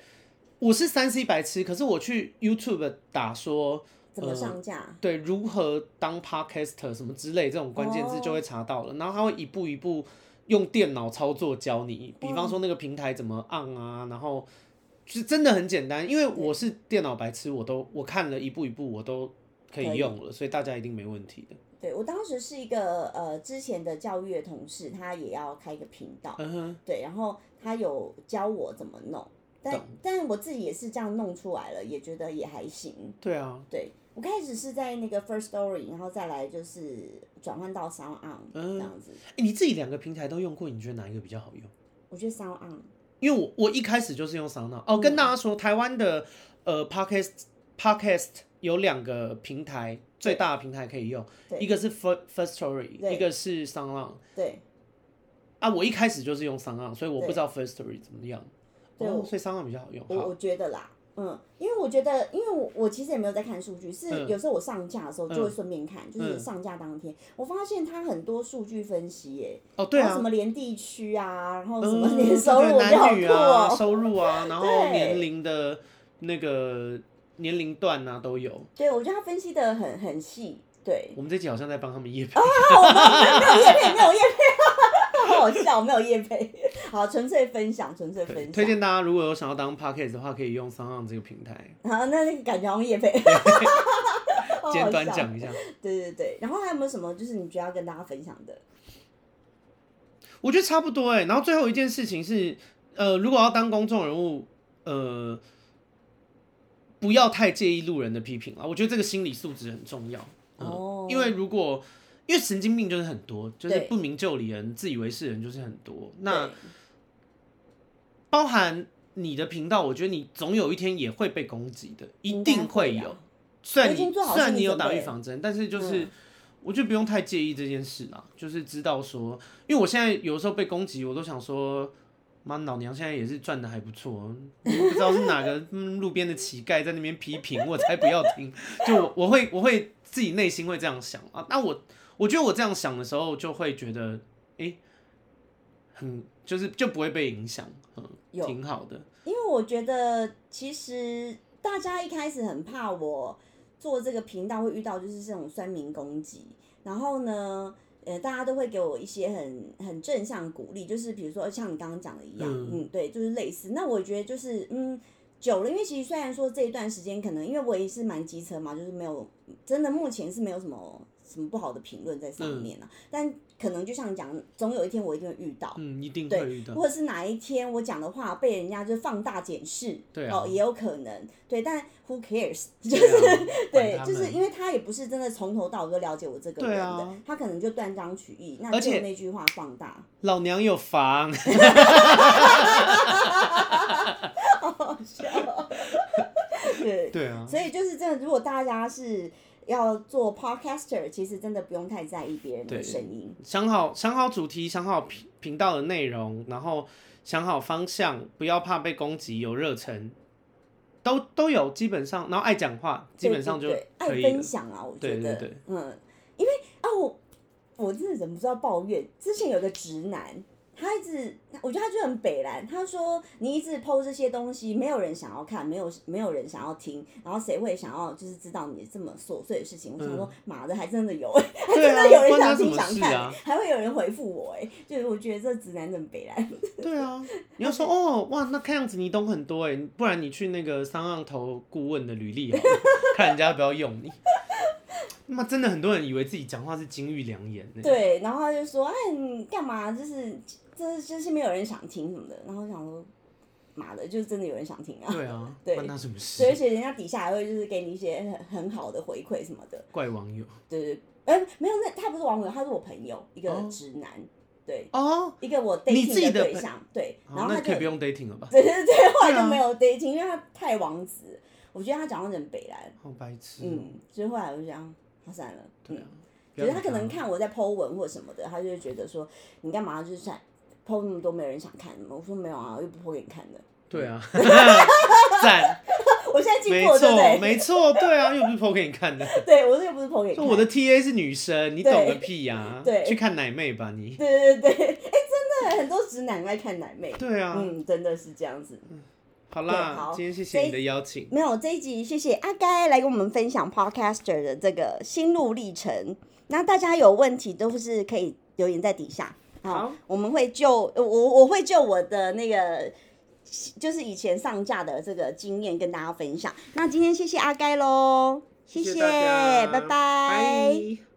[SPEAKER 2] 我是三 C 白痴，可是我去 YouTube 打说。
[SPEAKER 1] 怎
[SPEAKER 2] 呃
[SPEAKER 1] 么上架？
[SPEAKER 2] 对如何当 podcaster 什么之类这种关键字
[SPEAKER 1] 哦
[SPEAKER 2] 就会查到了，然后他会一步一步用电脑操作教你，比方
[SPEAKER 1] 嗯
[SPEAKER 2] 说那个平台怎么按啊，然后就是真的很简单，因为我是电脑白痴，我都我看了一步一步我都
[SPEAKER 1] 可
[SPEAKER 2] 可
[SPEAKER 1] 以
[SPEAKER 2] 以用了，所以大家一定没问题的。
[SPEAKER 1] 对我当时是一个呃之前的教育的同事，他也要开一个频道，
[SPEAKER 2] 嗯哼，
[SPEAKER 1] 对，然后他有教我怎么弄，但
[SPEAKER 2] 懂
[SPEAKER 1] 但我自己也是这样弄出来了，也觉得也还行。
[SPEAKER 2] 对啊，
[SPEAKER 1] 对我开始是在那个 First Story，然后再来就是转换到 Sound On 这
[SPEAKER 2] 嗯
[SPEAKER 1] 样子，
[SPEAKER 2] 诶你自己两个平台都用过，你觉得哪一个比较好用？
[SPEAKER 1] 我觉得 Sound On
[SPEAKER 2] 因为我我一开始就是用 s o 哦，跟
[SPEAKER 1] 嗯
[SPEAKER 2] 大家说，台湾的呃 podcast podcast 有两个平台，最大的平台可以用，
[SPEAKER 1] 对
[SPEAKER 2] 一个是 First First
[SPEAKER 1] 对
[SPEAKER 2] Story，一个是 s o n
[SPEAKER 1] 对
[SPEAKER 2] 啊，我一开始就是用 s o 所以我
[SPEAKER 1] 对
[SPEAKER 2] 不知道 First Story 怎么样。
[SPEAKER 1] 对
[SPEAKER 2] 哦
[SPEAKER 1] 我，
[SPEAKER 2] 所以 s o 比较好用。
[SPEAKER 1] 我
[SPEAKER 2] 好，
[SPEAKER 1] 我觉得啦，嗯，因为我觉得，因为我我其实也没有在看数据，是
[SPEAKER 2] 嗯
[SPEAKER 1] 有时候我上架的时候就会顺便看，就是
[SPEAKER 2] 嗯
[SPEAKER 1] 上架当天，我发现它很多数据分析耶，
[SPEAKER 2] 哦，对
[SPEAKER 1] 然后
[SPEAKER 2] 啊
[SPEAKER 1] 什，么连地区啊，然后什么
[SPEAKER 2] 嗯，
[SPEAKER 1] 年收入，
[SPEAKER 2] 对
[SPEAKER 1] 我觉得好
[SPEAKER 2] 男女啊，
[SPEAKER 1] 酷哦。
[SPEAKER 2] 收 入啊，然后
[SPEAKER 1] 对
[SPEAKER 2] 年龄的那个年龄段啊都有。
[SPEAKER 1] 对，我觉得它分析的很很细， 对，
[SPEAKER 2] 我们这集好像在帮他们夜
[SPEAKER 1] 啊
[SPEAKER 2] 配。
[SPEAKER 1] 没有叶配，没有叶配，好好笑，没有叶配，好，纯粹分享，纯粹分
[SPEAKER 2] 推
[SPEAKER 1] 享。
[SPEAKER 2] 荐大家如果有想要当 podcast 的话，可以用 s o 这个平台。
[SPEAKER 1] 然后那那个感觉好像叶 配，哦好好
[SPEAKER 2] 简短
[SPEAKER 1] 笑
[SPEAKER 2] 讲一下。
[SPEAKER 1] 对对对，然后还有没有什么就是你觉得要跟大家分享的？
[SPEAKER 2] 我觉得差不多哎、然后最后一件事情是，呃，如果要当公众人物，呃，不要太介意路人的批评啊。我觉得这个心理素质很重要。嗯
[SPEAKER 1] 哦
[SPEAKER 2] 因为如果因为神经病就是很多，就是
[SPEAKER 1] 对
[SPEAKER 2] 不明就里人、自以为是人就是很多。那
[SPEAKER 1] 对
[SPEAKER 2] 包含你的频道，我觉得你总有一天也会被攻击的，一
[SPEAKER 1] 应
[SPEAKER 2] 定
[SPEAKER 1] 该会
[SPEAKER 2] 会有
[SPEAKER 1] 啊。
[SPEAKER 2] 虽然
[SPEAKER 1] 我已
[SPEAKER 2] 你
[SPEAKER 1] 经做好
[SPEAKER 2] 虽然
[SPEAKER 1] 心
[SPEAKER 2] 你
[SPEAKER 1] 理
[SPEAKER 2] 有
[SPEAKER 1] 准
[SPEAKER 2] 打
[SPEAKER 1] 备
[SPEAKER 2] 预
[SPEAKER 1] 了
[SPEAKER 2] 防针，但是就是
[SPEAKER 1] 嗯
[SPEAKER 2] 我就不用太介意这件事啦，就是知道说，因为我现在有时候被攻击，我都想说。妈，老娘现在也是赚的还不错，我不知道是哪个嗯路边的乞丐在那边批评，我才不要听。就我我会我会自己内心会这样想啊。那我我觉得我这样想的时候，就会觉得诶，很就是就不会被影响，嗯，
[SPEAKER 1] 有
[SPEAKER 2] 挺好的。
[SPEAKER 1] 因为我觉得其实大家一开始很怕我做这个频道会遇到就是这种酸民攻击，然后呢，呃，大家都会给我一些很很正向鼓励，就是比如说像你刚刚讲的一样，
[SPEAKER 2] 嗯
[SPEAKER 1] 嗯对，就是类似。那我觉得就是嗯。久了，因为其实虽然说这一段时间可能，因为我也是蛮机车嘛，就是没有真的目前是没有什么什么不好的评论在上面啊，但可能就像你讲，总有一天我一定会遇到，
[SPEAKER 2] 嗯，一定会
[SPEAKER 1] 对
[SPEAKER 2] 遇到。
[SPEAKER 1] 或者是哪一天我讲的话被人家就放大检视，
[SPEAKER 2] 对啊
[SPEAKER 1] 哦，也有可能，对，但 who cares，就
[SPEAKER 2] 对
[SPEAKER 1] 是
[SPEAKER 2] 啊
[SPEAKER 1] 对，
[SPEAKER 2] 管他
[SPEAKER 1] 就是
[SPEAKER 2] 们
[SPEAKER 1] 因为他也不是真的从头到尾都了解我这个
[SPEAKER 2] 对
[SPEAKER 1] 人的，
[SPEAKER 2] 啊
[SPEAKER 1] 他可能就断章取义，那
[SPEAKER 2] 而
[SPEAKER 1] 就
[SPEAKER 2] 且
[SPEAKER 1] 那句话放 大，
[SPEAKER 2] 老娘 有房，
[SPEAKER 1] 好笑，对，
[SPEAKER 2] 对啊，
[SPEAKER 1] 所以就是真的，如果大家是要做 podcaster，其实真的不用太在意别人的
[SPEAKER 2] 对
[SPEAKER 1] 声音，
[SPEAKER 2] 想好想好主题，想好频频道的内容，然后想好方向，不要怕被攻击，有热忱，都都有，基本上，然后爱讲话，基本上就
[SPEAKER 1] 对对
[SPEAKER 2] 可
[SPEAKER 1] 对爱
[SPEAKER 2] 以了
[SPEAKER 1] 分。享啊，我
[SPEAKER 2] 对
[SPEAKER 1] 觉
[SPEAKER 2] 对
[SPEAKER 1] 得，
[SPEAKER 2] 对
[SPEAKER 1] 嗯，因为啊，我我真的忍不住要抱怨，之前有个直男，他一直我觉得他就很北蓝，他说你一直 PO 这些东西，没有人想要看，没有没有人想要听，然后谁会想要就是知道你这么琐碎的事情？我想说，妈的，还真的有、欸，还
[SPEAKER 2] 嗯 对
[SPEAKER 1] 真
[SPEAKER 2] 啊
[SPEAKER 1] 的有人
[SPEAKER 2] 关他
[SPEAKER 1] 想听
[SPEAKER 2] 什么
[SPEAKER 1] 想
[SPEAKER 2] 事
[SPEAKER 1] 看、
[SPEAKER 2] 啊
[SPEAKER 1] 还会有人回复我、欸，哎，就是我觉得这直男真的北蓝，
[SPEAKER 2] 对啊，你要说哦哇，那看样子你懂很多哎，不然你去那个商浪投顾问的履历 好了，看人家要不要用你。那真的很多人以为自己讲话是金玉良言欸呢。
[SPEAKER 1] 对，啊然后他就说：“哎，你干嘛？就是这就是没有人想听什么的。”然后我想说，妈的，就是真的有人想听啊。
[SPEAKER 2] 对啊，
[SPEAKER 1] 对
[SPEAKER 2] 关他什么
[SPEAKER 1] 对，而
[SPEAKER 2] 事？
[SPEAKER 1] 且人家底下还会就是给你一些很很好的回馈什么的。
[SPEAKER 2] 怪网友
[SPEAKER 1] 对对，哎、没有，那他不是网友，他是我朋友，一个
[SPEAKER 2] 哦
[SPEAKER 1] 直男，对，
[SPEAKER 2] 哦，
[SPEAKER 1] 一个我
[SPEAKER 2] 你自己
[SPEAKER 1] dating
[SPEAKER 2] 的
[SPEAKER 1] 对
[SPEAKER 2] 朋
[SPEAKER 1] 象，对，
[SPEAKER 2] 好
[SPEAKER 1] 然后
[SPEAKER 2] 那
[SPEAKER 1] 他
[SPEAKER 2] 可
[SPEAKER 1] 就
[SPEAKER 2] 以不用 dating 了吧？
[SPEAKER 1] 对对对，后来
[SPEAKER 2] 对
[SPEAKER 1] 就
[SPEAKER 2] 啊
[SPEAKER 1] 没有 dating，因为他太王子，我觉得他讲话很北蓝，
[SPEAKER 2] 好白痴哦。
[SPEAKER 1] 嗯，所以后来我就想，他算了，
[SPEAKER 2] 对
[SPEAKER 1] 嗯
[SPEAKER 2] 啊。，不
[SPEAKER 1] 可
[SPEAKER 2] 要
[SPEAKER 1] 是他
[SPEAKER 2] 理
[SPEAKER 1] 可能
[SPEAKER 2] 了
[SPEAKER 1] 看我在 Po 文或什么的，他就会觉得说你干嘛就是想 Po 那么多没有人想看我说没有啊，我又不 Po 给你看的。
[SPEAKER 2] 对啊，赞，
[SPEAKER 1] 我现在进
[SPEAKER 2] 没
[SPEAKER 1] 步了，对不
[SPEAKER 2] 错，
[SPEAKER 1] 对？
[SPEAKER 2] 没错，对啊，又不是 PO 给 你看的，
[SPEAKER 1] 对我这个不是 Po 给你
[SPEAKER 2] 说
[SPEAKER 1] 看。
[SPEAKER 2] 我的 TA 是女生，你懂个屁呀、
[SPEAKER 1] 对
[SPEAKER 2] 去看奶妹吧你。
[SPEAKER 1] 对对对对，哎、真的很多直男爱看奶妹。
[SPEAKER 2] 对啊，
[SPEAKER 1] 嗯，真的是这样子。
[SPEAKER 2] 好
[SPEAKER 1] 对
[SPEAKER 2] 啦，
[SPEAKER 1] 好
[SPEAKER 2] 今天谢
[SPEAKER 1] 这
[SPEAKER 2] 谢
[SPEAKER 1] 一
[SPEAKER 2] 你的邀请，
[SPEAKER 1] 没有这一集，谢谢阿该来跟我们分享 Podcaster 的这个心路历程。那大家有问题都是可以留言在底下，
[SPEAKER 2] 好
[SPEAKER 1] 我们会就我我会就我的那个就是以前上架的这个经验跟大家分享。那今天谢谢阿该喽，谢
[SPEAKER 2] 谢大家，
[SPEAKER 1] 拜拜
[SPEAKER 2] 拜